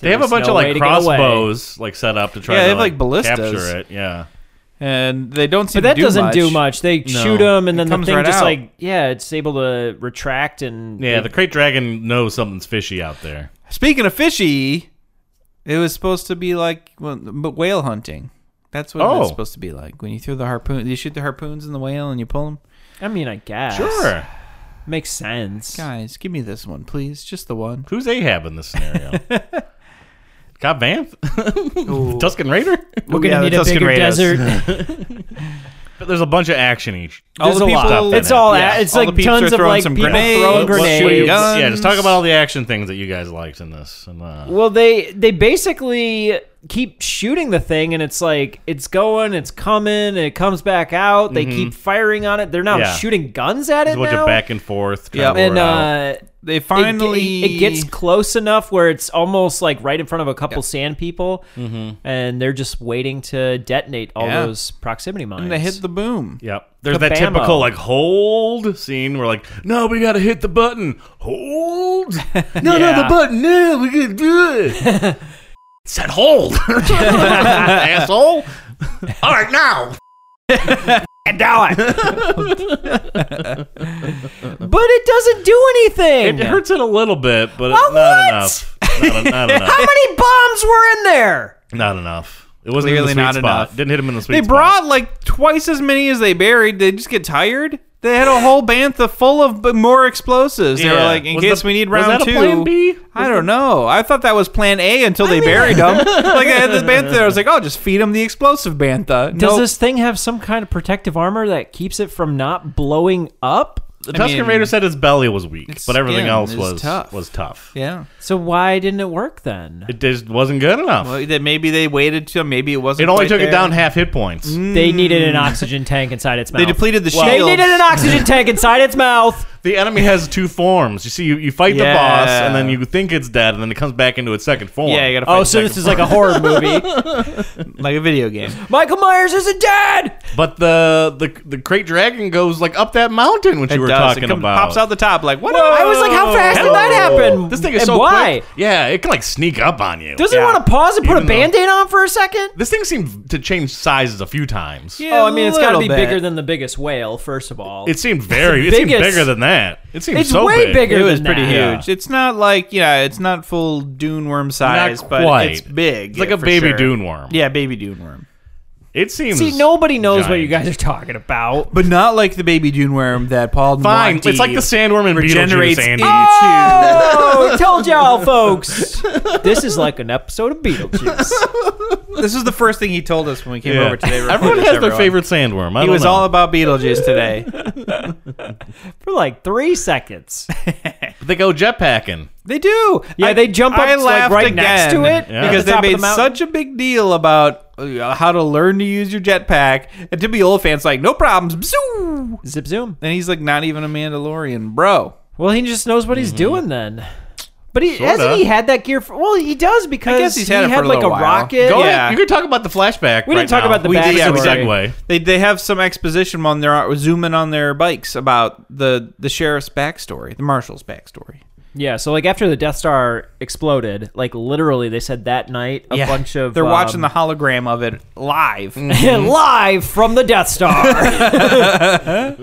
Speaker 1: They have a
Speaker 3: There's
Speaker 1: bunch
Speaker 3: no
Speaker 1: of
Speaker 3: way
Speaker 1: like
Speaker 3: to get away.
Speaker 1: crossbows like set up to try
Speaker 2: Yeah,
Speaker 1: to
Speaker 2: they have, like, ballistas.
Speaker 1: capture it. Yeah.
Speaker 2: And they don't seem
Speaker 3: But that
Speaker 2: to do
Speaker 3: doesn't do much. They shoot them,
Speaker 2: It
Speaker 3: and then the
Speaker 2: comes
Speaker 3: thing
Speaker 2: right
Speaker 3: just
Speaker 2: out.
Speaker 3: like yeah, it's able to retract and
Speaker 1: Yeah, the crate dragon knows something's fishy out there.
Speaker 2: Speaking of fishy, it was supposed to be like well, but whale hunting. That's what
Speaker 1: Oh.
Speaker 2: it's supposed to be like. When you throw the harpoon, you shoot the harpoons in the whale and you pull them.
Speaker 3: I mean, I guess
Speaker 1: Sure.
Speaker 3: makes sense.
Speaker 2: Guys, give me this one, please. Just the one.
Speaker 1: Who's Ahab in this scenario? Cobb Vanth? Tuscan Raider?
Speaker 3: We're gonna
Speaker 2: Yeah,
Speaker 3: need
Speaker 2: the
Speaker 3: a
Speaker 2: Tusken
Speaker 3: bigger
Speaker 2: Raiders.
Speaker 3: desert.
Speaker 1: There's a bunch of action each.
Speaker 2: All
Speaker 3: There's
Speaker 2: the
Speaker 3: a lot.
Speaker 2: people-
Speaker 3: It's all
Speaker 2: Yeah.
Speaker 3: it's
Speaker 2: All
Speaker 3: like
Speaker 2: the peeps
Speaker 3: tons
Speaker 2: are
Speaker 3: of
Speaker 2: throwing
Speaker 3: like
Speaker 2: some
Speaker 3: people
Speaker 2: grenades.
Speaker 3: throwing
Speaker 2: What- what-
Speaker 3: grenades.
Speaker 2: guns.
Speaker 1: Yeah, just talk about all the action things that you guys liked in this. And, uh,
Speaker 3: Well, they they basically keep shooting the thing, and it's like it's going, it's coming, and it comes back out.
Speaker 2: Mm-hmm.
Speaker 3: They keep firing on it. They're now
Speaker 1: Yeah.
Speaker 3: shooting guns at
Speaker 1: There's
Speaker 3: it
Speaker 1: a bunch
Speaker 3: now.
Speaker 1: of back and forth. trying
Speaker 2: Yeah.
Speaker 1: to
Speaker 3: and
Speaker 1: lure out.
Speaker 3: uh,
Speaker 2: They
Speaker 3: it-
Speaker 2: finally
Speaker 3: it, it gets close enough where it's almost like right in front of a couple sand people, and they're just waiting to detonate all
Speaker 2: Mm-hmm. Yeah.
Speaker 3: those proximity mines.
Speaker 2: and they hit the boom.
Speaker 1: Yep. There's that
Speaker 3: Kabammo.
Speaker 1: typical like hold scene where like, no, we gotta hit the button. Hold. No, no,
Speaker 3: Yeah.
Speaker 1: the button. No, we gotta do it. Said hold. Asshole.
Speaker 7: All right, now.
Speaker 3: but it doesn't do anything.
Speaker 1: It hurts it a little bit, but
Speaker 3: Well,
Speaker 1: it's not
Speaker 3: what?
Speaker 1: enough. Not, en- not
Speaker 3: How
Speaker 1: enough.
Speaker 3: many bombs were in there?
Speaker 1: Not enough. It wasn't
Speaker 2: Clearly
Speaker 1: in the sweet
Speaker 2: not
Speaker 1: spot.
Speaker 2: enough.
Speaker 1: Didn't hit him in the sweet
Speaker 2: They
Speaker 1: spot.
Speaker 2: brought like twice as many as they buried. They just get tired. They had a whole bantha full of b- more explosives. They were
Speaker 1: Yeah.
Speaker 2: like, in
Speaker 1: Was
Speaker 2: case
Speaker 1: the-
Speaker 2: we need
Speaker 1: was
Speaker 2: round
Speaker 1: that a
Speaker 2: two.
Speaker 1: plan B?
Speaker 2: I don't know. I thought that was plan A until they buried them. like I had this bantha. I was like, oh, just feed them the explosive bantha.
Speaker 3: Does
Speaker 2: Nope.
Speaker 3: this thing have some kind of protective armor that keeps it from not blowing up?
Speaker 1: The Tuscan
Speaker 2: mean,
Speaker 1: Raider said his belly was weak,
Speaker 2: its
Speaker 1: but everything
Speaker 2: skin
Speaker 1: else
Speaker 2: is
Speaker 1: was
Speaker 2: tough.
Speaker 1: was tough.
Speaker 2: Yeah.
Speaker 3: So why didn't it work then?
Speaker 1: It just wasn't good enough.
Speaker 2: Well, that maybe they waited till maybe it wasn't.
Speaker 1: it only
Speaker 2: quite
Speaker 1: took
Speaker 2: there. Mm.
Speaker 1: it down half hit points.
Speaker 3: They needed an oxygen tank inside its mouth.
Speaker 2: Hmm. They depleted the
Speaker 3: They
Speaker 2: shield.
Speaker 3: needed an oxygen tank inside its mouth.
Speaker 1: The enemy has two forms. You see, you, you fight the
Speaker 2: Yeah.
Speaker 1: boss, and then you think it's dead, and then it comes back into its second form.
Speaker 2: Yeah, you gotta fight
Speaker 3: Oh, so this is like a horror movie.
Speaker 2: like a video game.
Speaker 3: Michael Myers isn't dead.
Speaker 1: But the the the crate dragon goes like up that mountain, which you were
Speaker 2: does.
Speaker 1: talking
Speaker 2: it comes-
Speaker 1: about.
Speaker 2: pops out the top like what?
Speaker 3: I was like, how fast did that happen?
Speaker 1: This thing is
Speaker 3: and
Speaker 1: so
Speaker 3: why?
Speaker 1: quick. Yeah, it can like sneak up on you.
Speaker 3: Doesn't
Speaker 1: Yeah.
Speaker 3: want to pause and put
Speaker 1: Even
Speaker 3: a
Speaker 1: though-
Speaker 3: band-aid on for a second?
Speaker 1: This thing seemed to change sizes a few times.
Speaker 3: oh, I mean, it's got to
Speaker 2: little
Speaker 3: be
Speaker 2: bit.
Speaker 3: bigger than the biggest whale, first of all.
Speaker 1: It seemed very. It seemed
Speaker 3: biggest-
Speaker 1: bigger than that. It seemed
Speaker 3: It's
Speaker 1: so
Speaker 3: way
Speaker 1: big.
Speaker 3: bigger
Speaker 2: It
Speaker 3: than
Speaker 2: was pretty
Speaker 3: that.
Speaker 1: Yeah.
Speaker 2: huge. It's not like yeah, it's not full dune worm size, but
Speaker 1: quite.
Speaker 2: it's big.
Speaker 1: It's like
Speaker 2: yeah,
Speaker 1: a
Speaker 2: for
Speaker 1: baby
Speaker 2: sure.
Speaker 1: dune worm.
Speaker 2: Yeah, baby dune worm.
Speaker 1: It seems.
Speaker 3: See, nobody knows what
Speaker 1: giant.
Speaker 3: you guys are talking about.
Speaker 2: But not like the baby June worm that Paul
Speaker 1: Fine,
Speaker 2: Monty
Speaker 1: it's like the sandworm in
Speaker 2: regenerates
Speaker 1: Beetlejuice, Andy.
Speaker 2: into.
Speaker 3: Oh, told y'all, folks. This is like an episode of Beetlejuice.
Speaker 2: This is the first thing he told us when we came
Speaker 1: Yeah.
Speaker 2: over today.
Speaker 1: Everyone has their favorite sandworm. I
Speaker 2: He
Speaker 1: don't
Speaker 2: was
Speaker 1: know.
Speaker 2: all about Beetlejuice today.
Speaker 3: For like three seconds.
Speaker 1: But they go jetpacking.
Speaker 2: They do.
Speaker 3: Yeah, they jump up, like,
Speaker 2: laughed
Speaker 3: right next to it,
Speaker 1: Yeah. at
Speaker 2: because they
Speaker 3: the top of the
Speaker 2: made
Speaker 3: mountain.
Speaker 2: such a big deal about uh, how to learn to use your jetpack. And Timmy Oliphant's like, no problems. Bzoo!
Speaker 3: Zip zoom.
Speaker 2: And he's like, not even a Mandalorian, bro.
Speaker 3: Well, he just knows what he's doing then. But he
Speaker 1: Sorta.
Speaker 3: hasn't he had that gear for well he does because
Speaker 2: guess he's
Speaker 3: he
Speaker 2: had it for a
Speaker 3: like
Speaker 2: little
Speaker 3: a
Speaker 2: while.
Speaker 3: rocket.
Speaker 1: Go
Speaker 2: Yeah.
Speaker 1: ahead. You can talk about the flashback.
Speaker 3: Oh, We didn't
Speaker 1: right
Speaker 3: talk
Speaker 1: now.
Speaker 3: about the
Speaker 1: We did, yeah, we
Speaker 3: backstory.
Speaker 1: segue.
Speaker 2: They they have some exposition on their zooming on their bikes about the the sheriff's backstory, the marshal's backstory.
Speaker 3: Yeah, so like after the Death Star exploded, like literally they said that night a bunch of
Speaker 2: they're
Speaker 3: um, Mm.
Speaker 2: watching the hologram of it live.
Speaker 3: live from the Death Star.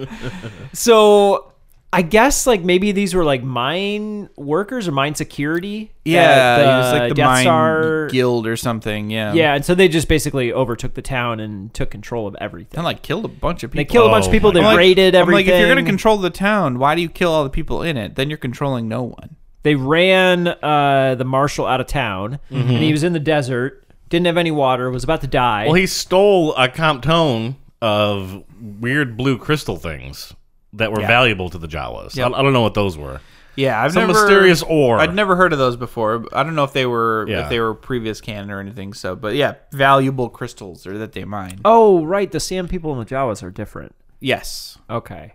Speaker 3: so I guess like maybe these were like mine workers or mine security.
Speaker 2: Yeah,
Speaker 3: at
Speaker 2: it was like the
Speaker 3: Death
Speaker 2: mine
Speaker 3: Star.
Speaker 2: guild or something. Yeah,
Speaker 3: Yeah, and so they just basically overtook the town and took control of everything.
Speaker 2: and like killed a bunch of people.
Speaker 3: They killed a bunch
Speaker 1: Oh
Speaker 3: of people.
Speaker 1: my
Speaker 3: They
Speaker 1: God.
Speaker 2: I'm like-
Speaker 3: raided
Speaker 2: I'm
Speaker 3: everything.
Speaker 2: like, if you're going to control the town, why do you kill all the people in it? Then you're controlling no one.
Speaker 3: they ran uh, the marshal out of town,
Speaker 2: Mm-hmm.
Speaker 3: and he was in the desert. Didn't have any water. Was about to die.
Speaker 1: Well, he stole a Comptone of weird blue crystal things that were valuable to the Jawas. I- I, don't know what those were.
Speaker 2: Yeah, I've
Speaker 1: Some mysterious ore.
Speaker 2: I'd never heard of those before. I don't know if they were
Speaker 1: Yeah.
Speaker 2: if they were previous canon or anything. So, but yeah, valuable crystals or that they mine.
Speaker 3: oh, right. The Sam people and the Jawas are different.
Speaker 2: Yes.
Speaker 3: Okay.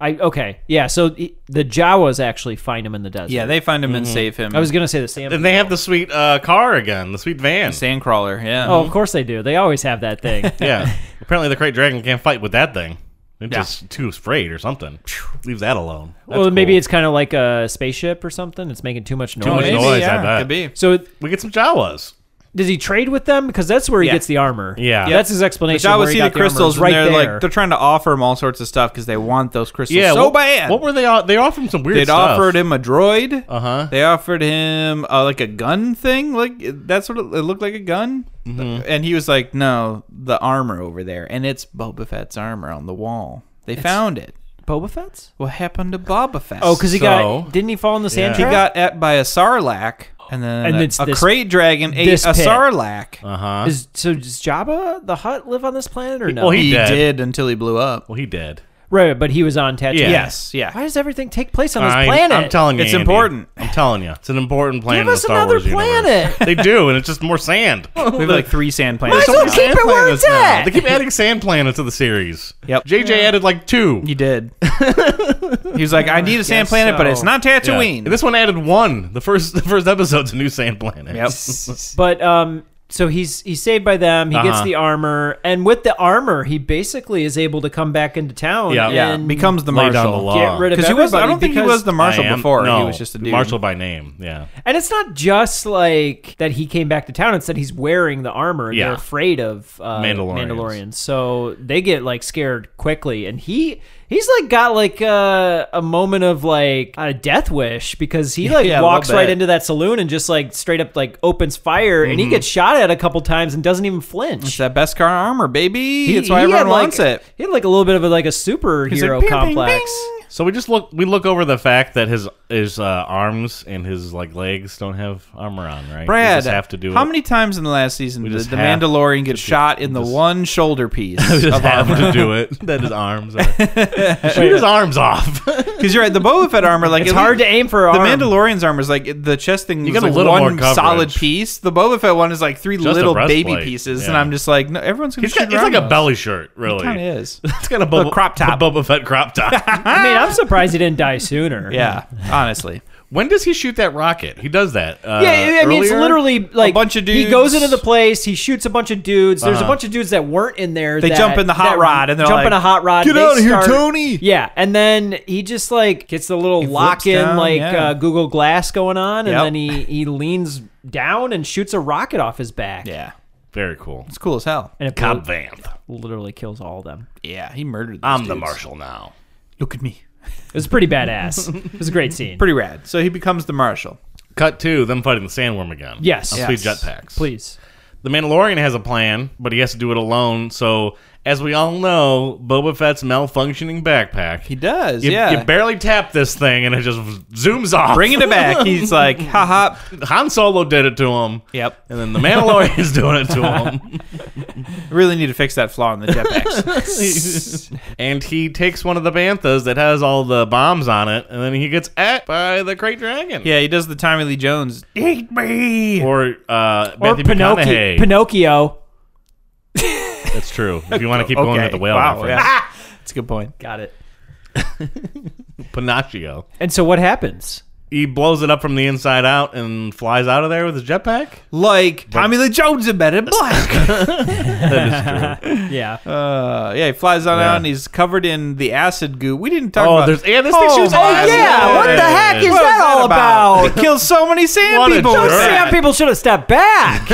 Speaker 3: I okay. Yeah, so he- the Jawas actually find him in the desert.
Speaker 2: Yeah, they find him and save him.
Speaker 3: I Mm-hmm. was going to say the Sam.
Speaker 1: And they have the sweet uh, car again, the sweet van.
Speaker 2: Sandcrawler. Yeah. Mm-hmm.
Speaker 3: oh, of course they do. They always have that thing.
Speaker 1: Yeah. Apparently, the Great Dragon can't fight with that thing. It's just too afraid or something. Leave that alone. That's
Speaker 3: well, maybe
Speaker 1: cool.
Speaker 3: it's kind of like a spaceship or something. It's making too much noise.
Speaker 1: Too much
Speaker 2: Maybe,
Speaker 1: noise,
Speaker 2: yeah,
Speaker 1: I bet.
Speaker 2: could be.
Speaker 3: oh, So
Speaker 1: We get some Jawas.
Speaker 3: does he trade with them? Because that's where he
Speaker 2: Yeah.
Speaker 3: gets the armor.
Speaker 1: Yeah. Yeah.
Speaker 3: that's his
Speaker 2: Which
Speaker 3: explanation.
Speaker 2: I
Speaker 3: where
Speaker 2: would
Speaker 3: he
Speaker 2: see
Speaker 3: got
Speaker 2: the
Speaker 3: armor, was
Speaker 2: crystals,
Speaker 3: right
Speaker 2: and they're
Speaker 3: there.
Speaker 2: like they're trying to offer him all sorts of stuff because they want those crystals so
Speaker 1: what,
Speaker 2: bad.
Speaker 1: What were they? All, they offered some weird
Speaker 2: They'd
Speaker 1: stuff.
Speaker 2: offered him a droid.
Speaker 1: Uh
Speaker 3: Uh-huh.
Speaker 1: huh.
Speaker 2: They offered him uh, like a gun thing, like that's what it, it looked like a gun.
Speaker 3: Mm-hmm.
Speaker 2: And he was like, "No, the armor over there, and it's Boba Fett's armor on the wall. They found it.
Speaker 3: Boba Fett's.
Speaker 2: What happened to Boba Fett?
Speaker 3: Oh, because he
Speaker 1: So-
Speaker 3: got didn't he fall in the sand
Speaker 1: Yeah.
Speaker 2: he
Speaker 3: trap?
Speaker 2: got at by a sarlacc, and then
Speaker 3: And
Speaker 2: a,
Speaker 3: it's
Speaker 2: a
Speaker 3: this-
Speaker 2: crate dragon ate a
Speaker 3: this pit. Uh-huh.
Speaker 2: sarlacc.
Speaker 1: Uh huh.
Speaker 3: Is, so does Jabba the Hutt live on this planet or no?
Speaker 1: well, he-
Speaker 2: he
Speaker 1: dead.
Speaker 2: did until he blew up.
Speaker 1: Well, he did.
Speaker 3: right, but he was on Tatooine.
Speaker 1: Yeah.
Speaker 2: Yes, yeah.
Speaker 3: Why does everything take place on this
Speaker 1: I-
Speaker 3: planet?
Speaker 1: I'm telling you,
Speaker 2: It's
Speaker 1: Andy.
Speaker 2: important.
Speaker 1: I'm telling you, it's an important planet. in
Speaker 3: Give
Speaker 1: the
Speaker 3: us
Speaker 1: Star
Speaker 3: another
Speaker 1: Wars universe.
Speaker 3: planet.
Speaker 1: they do, and it's just more sand.
Speaker 2: We have like three sand planets.
Speaker 1: So many
Speaker 3: keep
Speaker 1: sand
Speaker 3: it where
Speaker 1: planets
Speaker 3: it's
Speaker 1: now.
Speaker 3: at.
Speaker 1: They keep adding sand planets to the series.
Speaker 2: Yep.
Speaker 1: JJ added like two.
Speaker 2: He did. he was like, "I need a sand
Speaker 3: guess
Speaker 2: planet, but
Speaker 3: so.
Speaker 2: it's not
Speaker 1: Yeah.
Speaker 2: Tatooine."
Speaker 1: And This one added one. The first the first episode's a new sand planet.
Speaker 2: Yep.
Speaker 3: But um, so he's he's saved by them. He gets
Speaker 1: Uh-huh.
Speaker 3: the armor, and with the armor, he basically is able to come back into town.
Speaker 1: Yeah.
Speaker 2: Yeah,
Speaker 3: and
Speaker 2: becomes the
Speaker 1: Lay down
Speaker 2: marshal.
Speaker 1: the law.
Speaker 3: get rid of
Speaker 2: because he was. I
Speaker 3: everybody
Speaker 2: don't think he
Speaker 3: because-
Speaker 2: was the marshal
Speaker 1: I am-
Speaker 2: before.
Speaker 1: No,
Speaker 2: he was just a dude.
Speaker 1: Marshal by name. Yeah.
Speaker 3: And it's not just like that he came back to town. It's that he's wearing the armor. And
Speaker 1: Yeah.
Speaker 3: They're afraid of uh,
Speaker 1: Mandalorians.
Speaker 3: Mandalorians, so they get like scared quickly. And he he's like got like uh, a moment of like a death wish because he like
Speaker 2: Yeah, a
Speaker 3: walks
Speaker 2: little bit.
Speaker 3: right
Speaker 2: Mm-hmm.
Speaker 3: into that saloon and just like straight up like opens fire, and he gets shot at a couple times and doesn't even flinch.
Speaker 2: It's that best car armor, baby.
Speaker 3: He-
Speaker 2: That's why
Speaker 3: he
Speaker 2: everyone
Speaker 3: had, like-
Speaker 2: wants it.
Speaker 3: He had like a little bit of a, like a
Speaker 2: He's like,
Speaker 3: superhero
Speaker 2: "Bing, bing,
Speaker 3: complex.
Speaker 2: bing."
Speaker 1: So we just look we look over the fact that his his uh, arms and his like legs don't have armor on, right?
Speaker 2: Brad,
Speaker 1: we just have to do
Speaker 2: how
Speaker 1: it.
Speaker 2: many times in the last season did
Speaker 1: just
Speaker 2: the
Speaker 1: have
Speaker 2: Mandalorian get shot in the one shoulder piece
Speaker 1: We just
Speaker 2: of
Speaker 1: have to
Speaker 2: armor?
Speaker 1: do it. That his arms are. Shoot his arms off.
Speaker 2: Because you're right, the Boba Fett armor, like
Speaker 3: It's hard to aim for.
Speaker 2: The
Speaker 3: arm.
Speaker 2: Mandalorian's armor is like the chest thing. You
Speaker 1: got a
Speaker 2: like
Speaker 1: little more
Speaker 2: one
Speaker 1: coverage.
Speaker 2: solid piece. The Boba Fett one is like three
Speaker 1: a
Speaker 2: little baby
Speaker 1: breastplate,
Speaker 2: pieces, and
Speaker 1: yeah.
Speaker 2: I'm just like, no, everyone's gonna
Speaker 1: He's got,
Speaker 2: shoot
Speaker 1: it's like a
Speaker 2: around
Speaker 1: belly shirt, really.
Speaker 2: those. Kinda is.
Speaker 1: It's got a, Boba,
Speaker 2: crop top.
Speaker 1: a Boba Fett crop top.
Speaker 3: I mean, I'm surprised he didn't die sooner.
Speaker 2: yeah, honestly.
Speaker 1: when does he shoot that rocket? He does that. Uh,
Speaker 3: Yeah, I mean, it's
Speaker 1: earlier?
Speaker 3: literally like
Speaker 2: bunch of
Speaker 3: He goes
Speaker 2: dudes. Uh-huh.
Speaker 3: into the place, he shoots a bunch of dudes. There's a bunch of dudes that weren't in there.
Speaker 2: They
Speaker 3: that-
Speaker 2: jump in the hot
Speaker 3: that
Speaker 2: rod and they're
Speaker 3: jump
Speaker 2: like,
Speaker 3: in a hot rod.
Speaker 2: "Get
Speaker 3: They
Speaker 2: out of here,
Speaker 3: start-
Speaker 2: Tony!"
Speaker 3: Yeah, and then he just like gets the little
Speaker 2: flips
Speaker 3: lock in
Speaker 2: down,
Speaker 3: like
Speaker 2: yeah.
Speaker 3: uh, Google Glass going on, and
Speaker 2: Yep.
Speaker 3: then he he leans down and shoots a rocket off his back.
Speaker 2: Yeah,
Speaker 1: Very cool.
Speaker 2: it's cool as hell.
Speaker 3: and it
Speaker 1: Cobb Vanth.
Speaker 3: literally kills all of them.
Speaker 2: Yeah, he murdered. those
Speaker 1: I'm the
Speaker 2: dudes.
Speaker 1: marshal now.
Speaker 2: Look at me.
Speaker 3: It was pretty badass. it was a great scene.
Speaker 2: Pretty rad. So he becomes the marshal.
Speaker 1: Cut two, them fighting the sandworm again.
Speaker 3: Yes.
Speaker 1: On Sweet
Speaker 2: Yes.
Speaker 1: jetpacks.
Speaker 3: Please.
Speaker 1: The Mandalorian has a plan, but he has to do it alone. So, as we all know, Boba Fett's malfunctioning backpack.
Speaker 2: He does,
Speaker 1: You,
Speaker 2: yeah.
Speaker 1: you barely tap this thing, and it just zooms off.
Speaker 2: Bringing it back, he's like, ha ha.
Speaker 1: Han Solo did it to him.
Speaker 2: Yep.
Speaker 1: And then the Mandalorian's doing it to him.
Speaker 2: Really need to fix that flaw in the jetpacks.
Speaker 1: and he takes one of the banthas that has all the bombs on it, and then he gets at by the Great Dragon.
Speaker 2: yeah, he does the Tommy Lee Jones. Eat me.
Speaker 1: Or uh,
Speaker 3: Or
Speaker 1: Matthew
Speaker 3: Pinocchio.
Speaker 1: McConaughey.
Speaker 3: Pinocchio.
Speaker 1: That's true. If you want to keep going with the whale
Speaker 2: Wow,
Speaker 1: reference.
Speaker 2: yeah. That's a good point.
Speaker 3: Got it.
Speaker 1: Pinocchio.
Speaker 3: And so what happens?
Speaker 1: He blows it up from the inside out and flies out of there with his jetpack.
Speaker 2: Like Tommy Lee Jones in Men in Black.
Speaker 3: Yeah.
Speaker 2: uh, yeah, he flies on
Speaker 1: Yeah.
Speaker 2: out and he's covered in the acid goo. We didn't talk
Speaker 1: Oh,
Speaker 2: about.
Speaker 1: there's- yeah, this thing shoots
Speaker 2: my
Speaker 1: acid.
Speaker 3: Yeah, what the heck is
Speaker 2: Oh, What
Speaker 3: that all about?
Speaker 2: It kills so many sand
Speaker 1: What a
Speaker 2: people.
Speaker 1: jerk.
Speaker 2: with
Speaker 3: Those
Speaker 2: that.
Speaker 3: Sam people should have stepped back.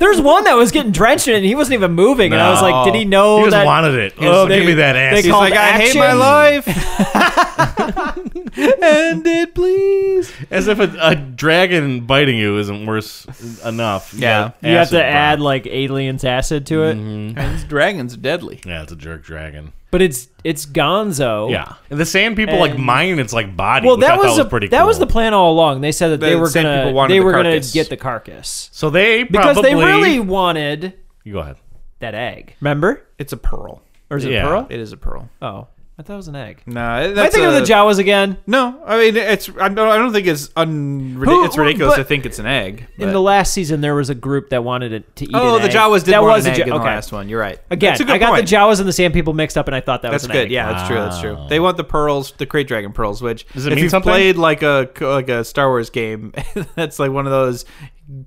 Speaker 3: There's one that was getting drenched in it and he wasn't even moving. And I was like, did he know
Speaker 1: He just
Speaker 3: that?
Speaker 1: wanted it. Oh,
Speaker 3: they-
Speaker 1: give me that ass.
Speaker 3: they
Speaker 2: He's
Speaker 3: called
Speaker 2: like, I hate
Speaker 3: action.
Speaker 2: my life. End it, please.
Speaker 1: As if a, a dragon biting you isn't worse enough.
Speaker 2: Yeah.
Speaker 1: got
Speaker 3: you have
Speaker 1: acid
Speaker 3: to
Speaker 1: burn.
Speaker 3: add like aliens acid to it.
Speaker 2: Mm-hmm. These dragons are deadly.
Speaker 1: Yeah, it's a jerk dragon.
Speaker 3: But it's it's Gonzo.
Speaker 1: Yeah, and the sand people like
Speaker 3: And-
Speaker 1: mine its like body.
Speaker 3: Well,
Speaker 1: which I
Speaker 3: that
Speaker 1: thought
Speaker 3: was, a,
Speaker 1: pretty.
Speaker 3: that was
Speaker 1: cool.
Speaker 3: the plan all along. They said that they
Speaker 2: The
Speaker 3: were
Speaker 2: same people
Speaker 3: gonna
Speaker 2: wanted
Speaker 3: they
Speaker 2: the
Speaker 3: were gonna
Speaker 2: carcass.
Speaker 3: get the carcass
Speaker 1: so they
Speaker 3: because
Speaker 1: probably,
Speaker 3: they really wanted
Speaker 1: You go ahead.
Speaker 3: that egg. Remember?
Speaker 2: It's a pearl.
Speaker 3: Or is it
Speaker 1: Yeah.
Speaker 3: pearl?
Speaker 2: It is a pearl.
Speaker 3: Oh, I thought it was an egg.
Speaker 2: No, nah,
Speaker 3: Am I
Speaker 2: that's
Speaker 3: thinking
Speaker 2: a-
Speaker 3: of the Jawas again?
Speaker 2: No, I mean it's. I don't. I don't think it's un.
Speaker 3: Who-
Speaker 2: it's ridiculous
Speaker 3: but-
Speaker 2: to think it's an egg.
Speaker 3: In
Speaker 2: but-
Speaker 3: the last season, there was a group that wanted it to eat.
Speaker 2: oh,
Speaker 3: an
Speaker 2: the
Speaker 3: egg.
Speaker 2: Jawas did
Speaker 3: That
Speaker 2: want
Speaker 3: was
Speaker 2: an
Speaker 3: a
Speaker 2: egg
Speaker 3: Ja-
Speaker 2: in the
Speaker 3: okay.
Speaker 2: last one. You're right.
Speaker 3: Again,
Speaker 2: That's a good
Speaker 3: I got
Speaker 2: point.
Speaker 3: the Jawas and the Sand People mixed up, and I thought that
Speaker 2: That's
Speaker 3: was an
Speaker 2: good.
Speaker 3: egg.
Speaker 2: Yeah, that's true. That's true. They want the pearls, the Great Dragon pearls. Which
Speaker 1: Does it
Speaker 2: if
Speaker 1: mean
Speaker 2: you
Speaker 1: something?
Speaker 2: played like a like a Star Wars game, that's like one of those.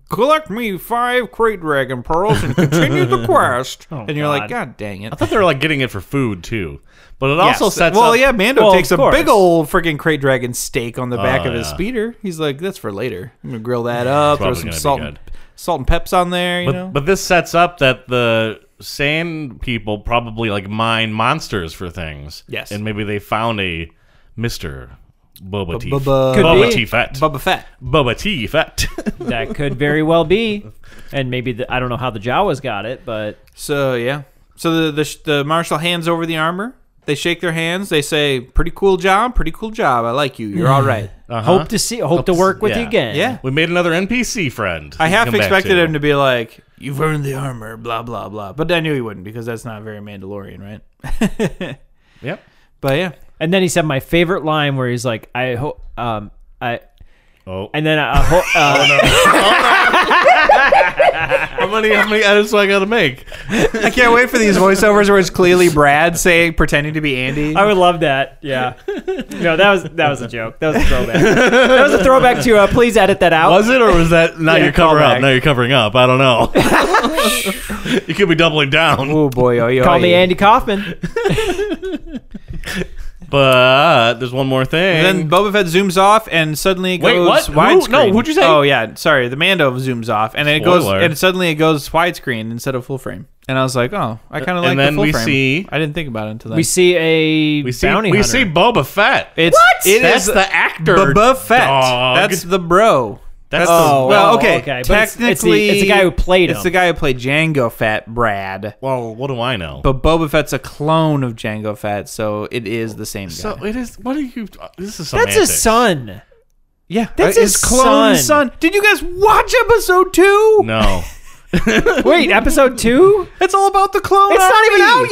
Speaker 2: Collect me five Great Dragon pearls and continue the quest. and you're like, God dang
Speaker 1: Oh,
Speaker 2: it!
Speaker 1: I thought they were like getting it for food too, but it also
Speaker 2: Yes.
Speaker 1: sets.
Speaker 2: well,
Speaker 1: up,
Speaker 2: yeah, Mando
Speaker 3: Well,
Speaker 2: takes
Speaker 3: of
Speaker 2: a big
Speaker 3: course.
Speaker 2: old freaking crate dragon steak on the back
Speaker 1: Oh,
Speaker 2: of his
Speaker 1: yeah.
Speaker 2: speeder. He's like, "That's for later. I'm gonna grill that up. Throw
Speaker 1: probably
Speaker 2: some
Speaker 1: gonna be
Speaker 2: salt,
Speaker 1: good.
Speaker 2: and, salt and peps on there. You
Speaker 1: But,
Speaker 2: know,
Speaker 1: but this sets up that the sand people probably like mine monsters for things.
Speaker 2: Yes.
Speaker 1: and maybe they found a Mister Boba Tea.
Speaker 2: Bubba- Could
Speaker 1: Boba
Speaker 3: be.
Speaker 1: Tea Fett.
Speaker 2: Bubba Fett.
Speaker 1: Boba Tea Fett.
Speaker 3: that could very well be, and maybe the, I don't know how the Jawas got it, but
Speaker 2: So yeah, so the, the sh- the marshal hands over the armor. They shake their hands. They say, "Pretty cool job. Pretty cool job. I like you. You're all right."
Speaker 3: hope to see, Uh-huh. hope to
Speaker 1: to
Speaker 3: work with
Speaker 1: yeah.
Speaker 3: you again.
Speaker 2: Yeah.
Speaker 1: Uh-huh. we made another NPC friend.
Speaker 2: I half
Speaker 1: Come back
Speaker 2: expected him to be like, "You've earned the armor. Blah blah blah." But I knew he wouldn't because that's not very Mandalorian, right?
Speaker 1: Yep.
Speaker 2: but yeah,
Speaker 3: And then he said my favorite line where he's like, "I hope, um, I,"
Speaker 1: Oh.
Speaker 3: and then I hope. Uh,
Speaker 1: how many how many edits do I gotta make?
Speaker 2: I can't wait for these voiceovers where it's clearly Brad saying, pretending to be Andy.
Speaker 3: I would love that. Yeah. No, that was that was a joke. That was a throwback. that was a throwback to. Uh, please edit that out.
Speaker 1: Was it or was that now
Speaker 2: Yeah,
Speaker 1: you're covering up?
Speaker 2: callback.
Speaker 1: Now you're covering up. I don't know. you could be doubling down.
Speaker 2: Oh boy, oh, yo,
Speaker 3: Call me
Speaker 2: yo.
Speaker 3: Andy Kaufman.
Speaker 1: But there's one more thing.
Speaker 2: And then Boba Fett zooms off, and suddenly it
Speaker 1: Wait,
Speaker 2: goes
Speaker 1: what?
Speaker 2: widescreen.
Speaker 1: Who? No, who'd you say?
Speaker 2: Oh yeah, sorry. The Mando zooms off, and it
Speaker 1: Spoiler.
Speaker 2: goes, and suddenly it goes widescreen instead of full frame. And I was like, oh, I kind of like
Speaker 1: Uh, then
Speaker 2: the full
Speaker 1: we
Speaker 2: frame.
Speaker 1: see-
Speaker 2: I didn't think about it until then.
Speaker 3: We see a
Speaker 1: we see
Speaker 3: bounty
Speaker 1: we
Speaker 3: hunter.
Speaker 1: see Boba Fett.
Speaker 2: it's, what?
Speaker 1: That's the actor.
Speaker 2: Boba Fett.
Speaker 1: dog.
Speaker 2: That's the bro.
Speaker 1: That's
Speaker 3: Oh,
Speaker 1: the,
Speaker 2: well,
Speaker 3: oh,
Speaker 2: okay.
Speaker 3: okay, but it's- it's the-
Speaker 2: Technically,
Speaker 3: it's the guy who played
Speaker 2: It's
Speaker 3: him.
Speaker 2: the guy who played Django Fett, Brad.
Speaker 1: well, what do I know?
Speaker 2: But Boba Fett's a clone of Django Fett, so it is the same guy.
Speaker 1: so it is. What are you? uh, This is
Speaker 3: That's
Speaker 1: semantics.
Speaker 3: his son.
Speaker 2: yeah,
Speaker 3: That's
Speaker 2: it's
Speaker 3: his
Speaker 2: clone
Speaker 3: son.
Speaker 2: Did you guys watch episode two?
Speaker 1: No.
Speaker 3: Wait, episode two?
Speaker 2: It's all about the clone.
Speaker 3: It's not even
Speaker 2: army.
Speaker 3: out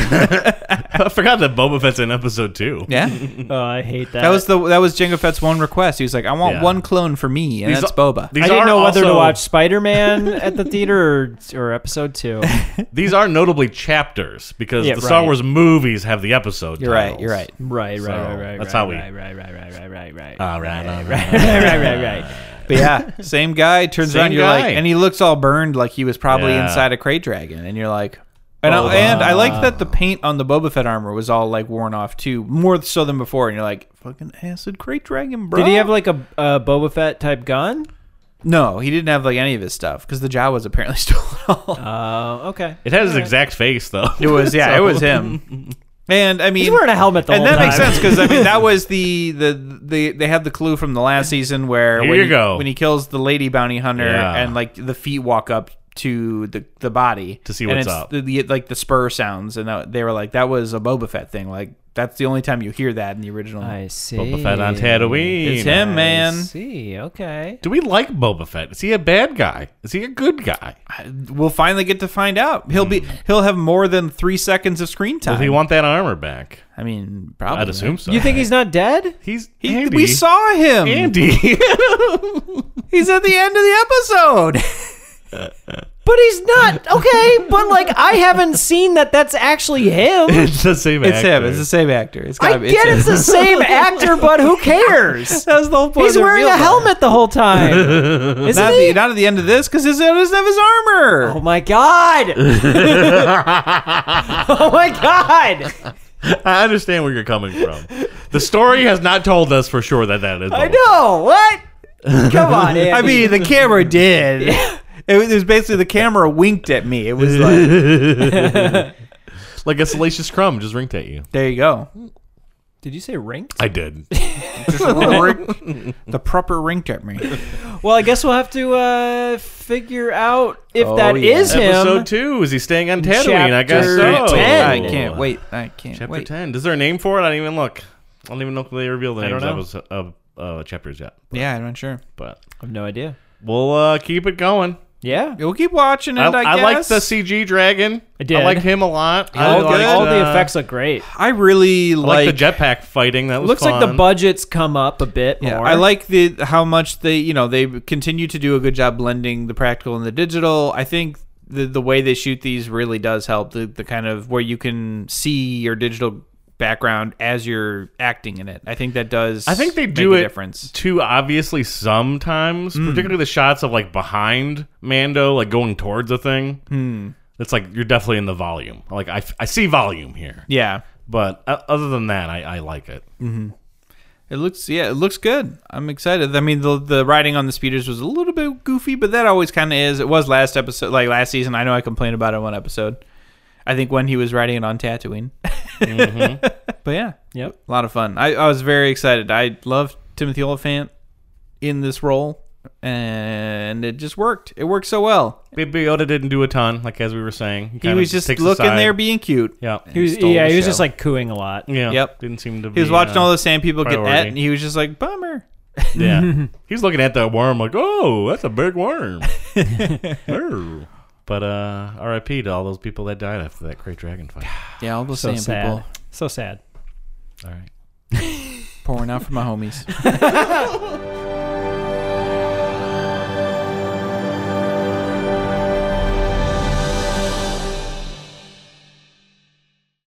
Speaker 3: yet.
Speaker 1: I forgot that Boba Fett's in episode two.
Speaker 2: Yeah.
Speaker 3: Oh, I hate that.
Speaker 2: That was the that was Jango Fett's one request. He was like, "I want
Speaker 1: Yeah.
Speaker 2: one clone for me, and
Speaker 1: These
Speaker 2: that's
Speaker 1: are-
Speaker 2: Boba."
Speaker 1: these
Speaker 3: I didn't
Speaker 1: are
Speaker 3: know whether to
Speaker 1: also-
Speaker 3: watch Spider Man at the theater or, or episode two.
Speaker 1: These are notably chapters because
Speaker 3: Yeah,
Speaker 1: the Star
Speaker 3: right.
Speaker 1: Wars movies have the episode.
Speaker 2: you're right. You're
Speaker 1: titles.
Speaker 2: right.
Speaker 3: Right, right, right, right.
Speaker 1: that's
Speaker 3: right,
Speaker 1: how we- Uh,
Speaker 3: Right, right, right, right, right, right, right.
Speaker 1: All right. All right.
Speaker 3: right, right, right, right.
Speaker 2: But yeah, same guy. Turns
Speaker 1: Same
Speaker 2: out you're
Speaker 1: guy.
Speaker 2: like, and he looks all burned, like he was probably
Speaker 1: Yeah. Oh,
Speaker 2: inside a crate dragon, and you're like. And I,
Speaker 1: Boba.
Speaker 2: and I liked that the paint on the Boba Fett armor was all like worn off too, more so than before. And you're like, fucking acid crate dragon, bro.
Speaker 3: Did he have like a, a Boba Fett type gun?
Speaker 2: No, he didn't have like any of his stuff because the Jawas apparently stole it all.
Speaker 1: Uh,
Speaker 2: Uh,
Speaker 3: Oh, okay.
Speaker 1: It has his exact face though.
Speaker 2: It was yeah,
Speaker 1: So-
Speaker 2: it was him. And I mean,
Speaker 3: He's wearing a helmet the
Speaker 2: and
Speaker 3: whole
Speaker 2: that
Speaker 3: time.
Speaker 2: makes sense because I mean that was the the the they had the clue from the last season where
Speaker 1: Here
Speaker 2: when
Speaker 1: you
Speaker 2: he,
Speaker 1: go.
Speaker 2: when he kills the lady bounty hunter
Speaker 1: Yeah.
Speaker 2: and like the feet walk up to the the body
Speaker 1: To see
Speaker 2: and
Speaker 1: what's
Speaker 2: it's
Speaker 1: up.
Speaker 2: The, the- like the spur sounds, and that- they were like, "That was a Boba Fett thing." Like that's the only time you hear that in the original.
Speaker 3: I see.
Speaker 1: Boba Fett on Tatooine.
Speaker 2: It's him, man.
Speaker 3: I see. Okay.
Speaker 1: Do we like Boba Fett? Is he a bad guy? Is he a good guy?
Speaker 2: We'll finally get to find out. He'll be he'll have more than three seconds of screen time.
Speaker 1: Hmm. Does he want that armor back?
Speaker 2: I mean, probably.
Speaker 1: I'd assume so.
Speaker 3: You think he's not dead?
Speaker 1: he's
Speaker 2: He-
Speaker 1: Andy?
Speaker 2: we saw him.
Speaker 1: Andy?
Speaker 2: He's at the end of the episode.
Speaker 3: But he's not. Okay, but like I haven't seen that. That's actually him.
Speaker 1: it's the same.
Speaker 2: It's him.
Speaker 1: actor.
Speaker 2: It's the same actor. It's
Speaker 3: I
Speaker 2: gotta be.
Speaker 3: get it's the same actor, but who cares?
Speaker 2: That was the whole point.
Speaker 3: He's
Speaker 2: of the
Speaker 3: wearing
Speaker 2: reveal,
Speaker 3: a
Speaker 2: though.
Speaker 3: helmet the whole time, isn't
Speaker 2: Not,
Speaker 3: he?
Speaker 2: the, not at the end of this because he doesn't have his
Speaker 3: Oh
Speaker 2: armor.
Speaker 3: my god! oh my god!
Speaker 1: I understand where you're coming from. The story has not told us for sure that that is.
Speaker 3: I
Speaker 1: Boba
Speaker 3: know what. Come on, Andy.
Speaker 2: I mean, the camera did. It was, it was basically the camera winked at me. It was like,
Speaker 1: Fett. Like a salacious crumb just winked at you.
Speaker 2: there you go.
Speaker 3: did you say ranked?
Speaker 1: I did.
Speaker 2: The proper winked at me.
Speaker 3: Well, I guess we'll have to uh, figure out if
Speaker 2: Oh,
Speaker 3: that
Speaker 2: yeah.
Speaker 3: is him.
Speaker 1: Episode two. Is he staying on Tatooine? I guess
Speaker 3: Chapter
Speaker 1: so.
Speaker 3: 10.
Speaker 2: Oh, I can't wait. I can't
Speaker 1: Chapter
Speaker 2: wait.
Speaker 1: ten. Is there a name for it? I didn't even look. I don't even know if they revealed the
Speaker 3: don't
Speaker 1: names of, of uh, chapters yet.
Speaker 2: Yeah, I'm not sure.
Speaker 1: But
Speaker 3: I have no idea.
Speaker 1: we'll uh, keep it going.
Speaker 3: Yeah,
Speaker 2: We'll keep watching it.
Speaker 1: I,
Speaker 2: I,
Speaker 1: I, like
Speaker 2: guess.
Speaker 1: the CG dragon.
Speaker 3: I did.
Speaker 1: I liked him a lot. I
Speaker 3: all,
Speaker 1: liked,
Speaker 2: good.
Speaker 3: all the
Speaker 1: uh,
Speaker 3: effects look great.
Speaker 2: I really
Speaker 1: I like, the jetpack fighting. That was
Speaker 3: Looks like the
Speaker 1: fun.
Speaker 3: budget's come up a bit
Speaker 2: Yeah,
Speaker 3: more.
Speaker 2: I like the how much they you know they continue to do a good job blending the practical and the digital. I think the the way they shoot these really does help the the kind of where you can see your digital background as you're acting in it. I think that does.
Speaker 1: I think they
Speaker 2: make
Speaker 1: do
Speaker 2: a
Speaker 1: it
Speaker 2: difference. Hmm.
Speaker 1: too obviously sometimes, particularly the shots of like behind Mando, like going towards a thing.
Speaker 2: Hmm.
Speaker 1: It's like you're definitely in the volume. Like I, I see volume here,
Speaker 2: Yeah, Hmm.
Speaker 1: but uh, other than that, I, I like it.
Speaker 2: it looks yeah it looks good. I'm excited. I mean the the riding on the speeders was a little bit goofy, but that always kind of is. It was last episode, like last season. I know I complained about it in one episode. I think when he was riding it on Tatooine. but yeah,
Speaker 3: Mm-hmm. Yep.
Speaker 2: a lot of fun. I, I was very excited. I love Timothy Oliphant in this role, and it just worked. It worked so well.
Speaker 1: Baby Yoda didn't do a ton, like as we were saying.
Speaker 2: He
Speaker 1: kinda
Speaker 2: was just
Speaker 1: takes a
Speaker 2: looking
Speaker 1: side.
Speaker 2: there, being cute.
Speaker 1: Yeah,
Speaker 3: He was,
Speaker 2: stole
Speaker 3: yeah,
Speaker 2: the
Speaker 3: he was
Speaker 2: show.
Speaker 3: just like cooing a lot.
Speaker 1: yeah.
Speaker 2: Yep.
Speaker 1: Didn't seem to. uh,
Speaker 2: He was watching all the same people get at,
Speaker 1: priority.
Speaker 2: and he was just like, "Bummer."
Speaker 1: Yeah, he's looking at that worm like, oh, that's a big worm. Err. but uh, R.I.P. to all those people that died after that great dragon fight.
Speaker 2: Yeah, all the
Speaker 3: So
Speaker 2: same
Speaker 3: sad.
Speaker 2: people
Speaker 3: So sad.
Speaker 1: All right.
Speaker 2: pouring out for my homies.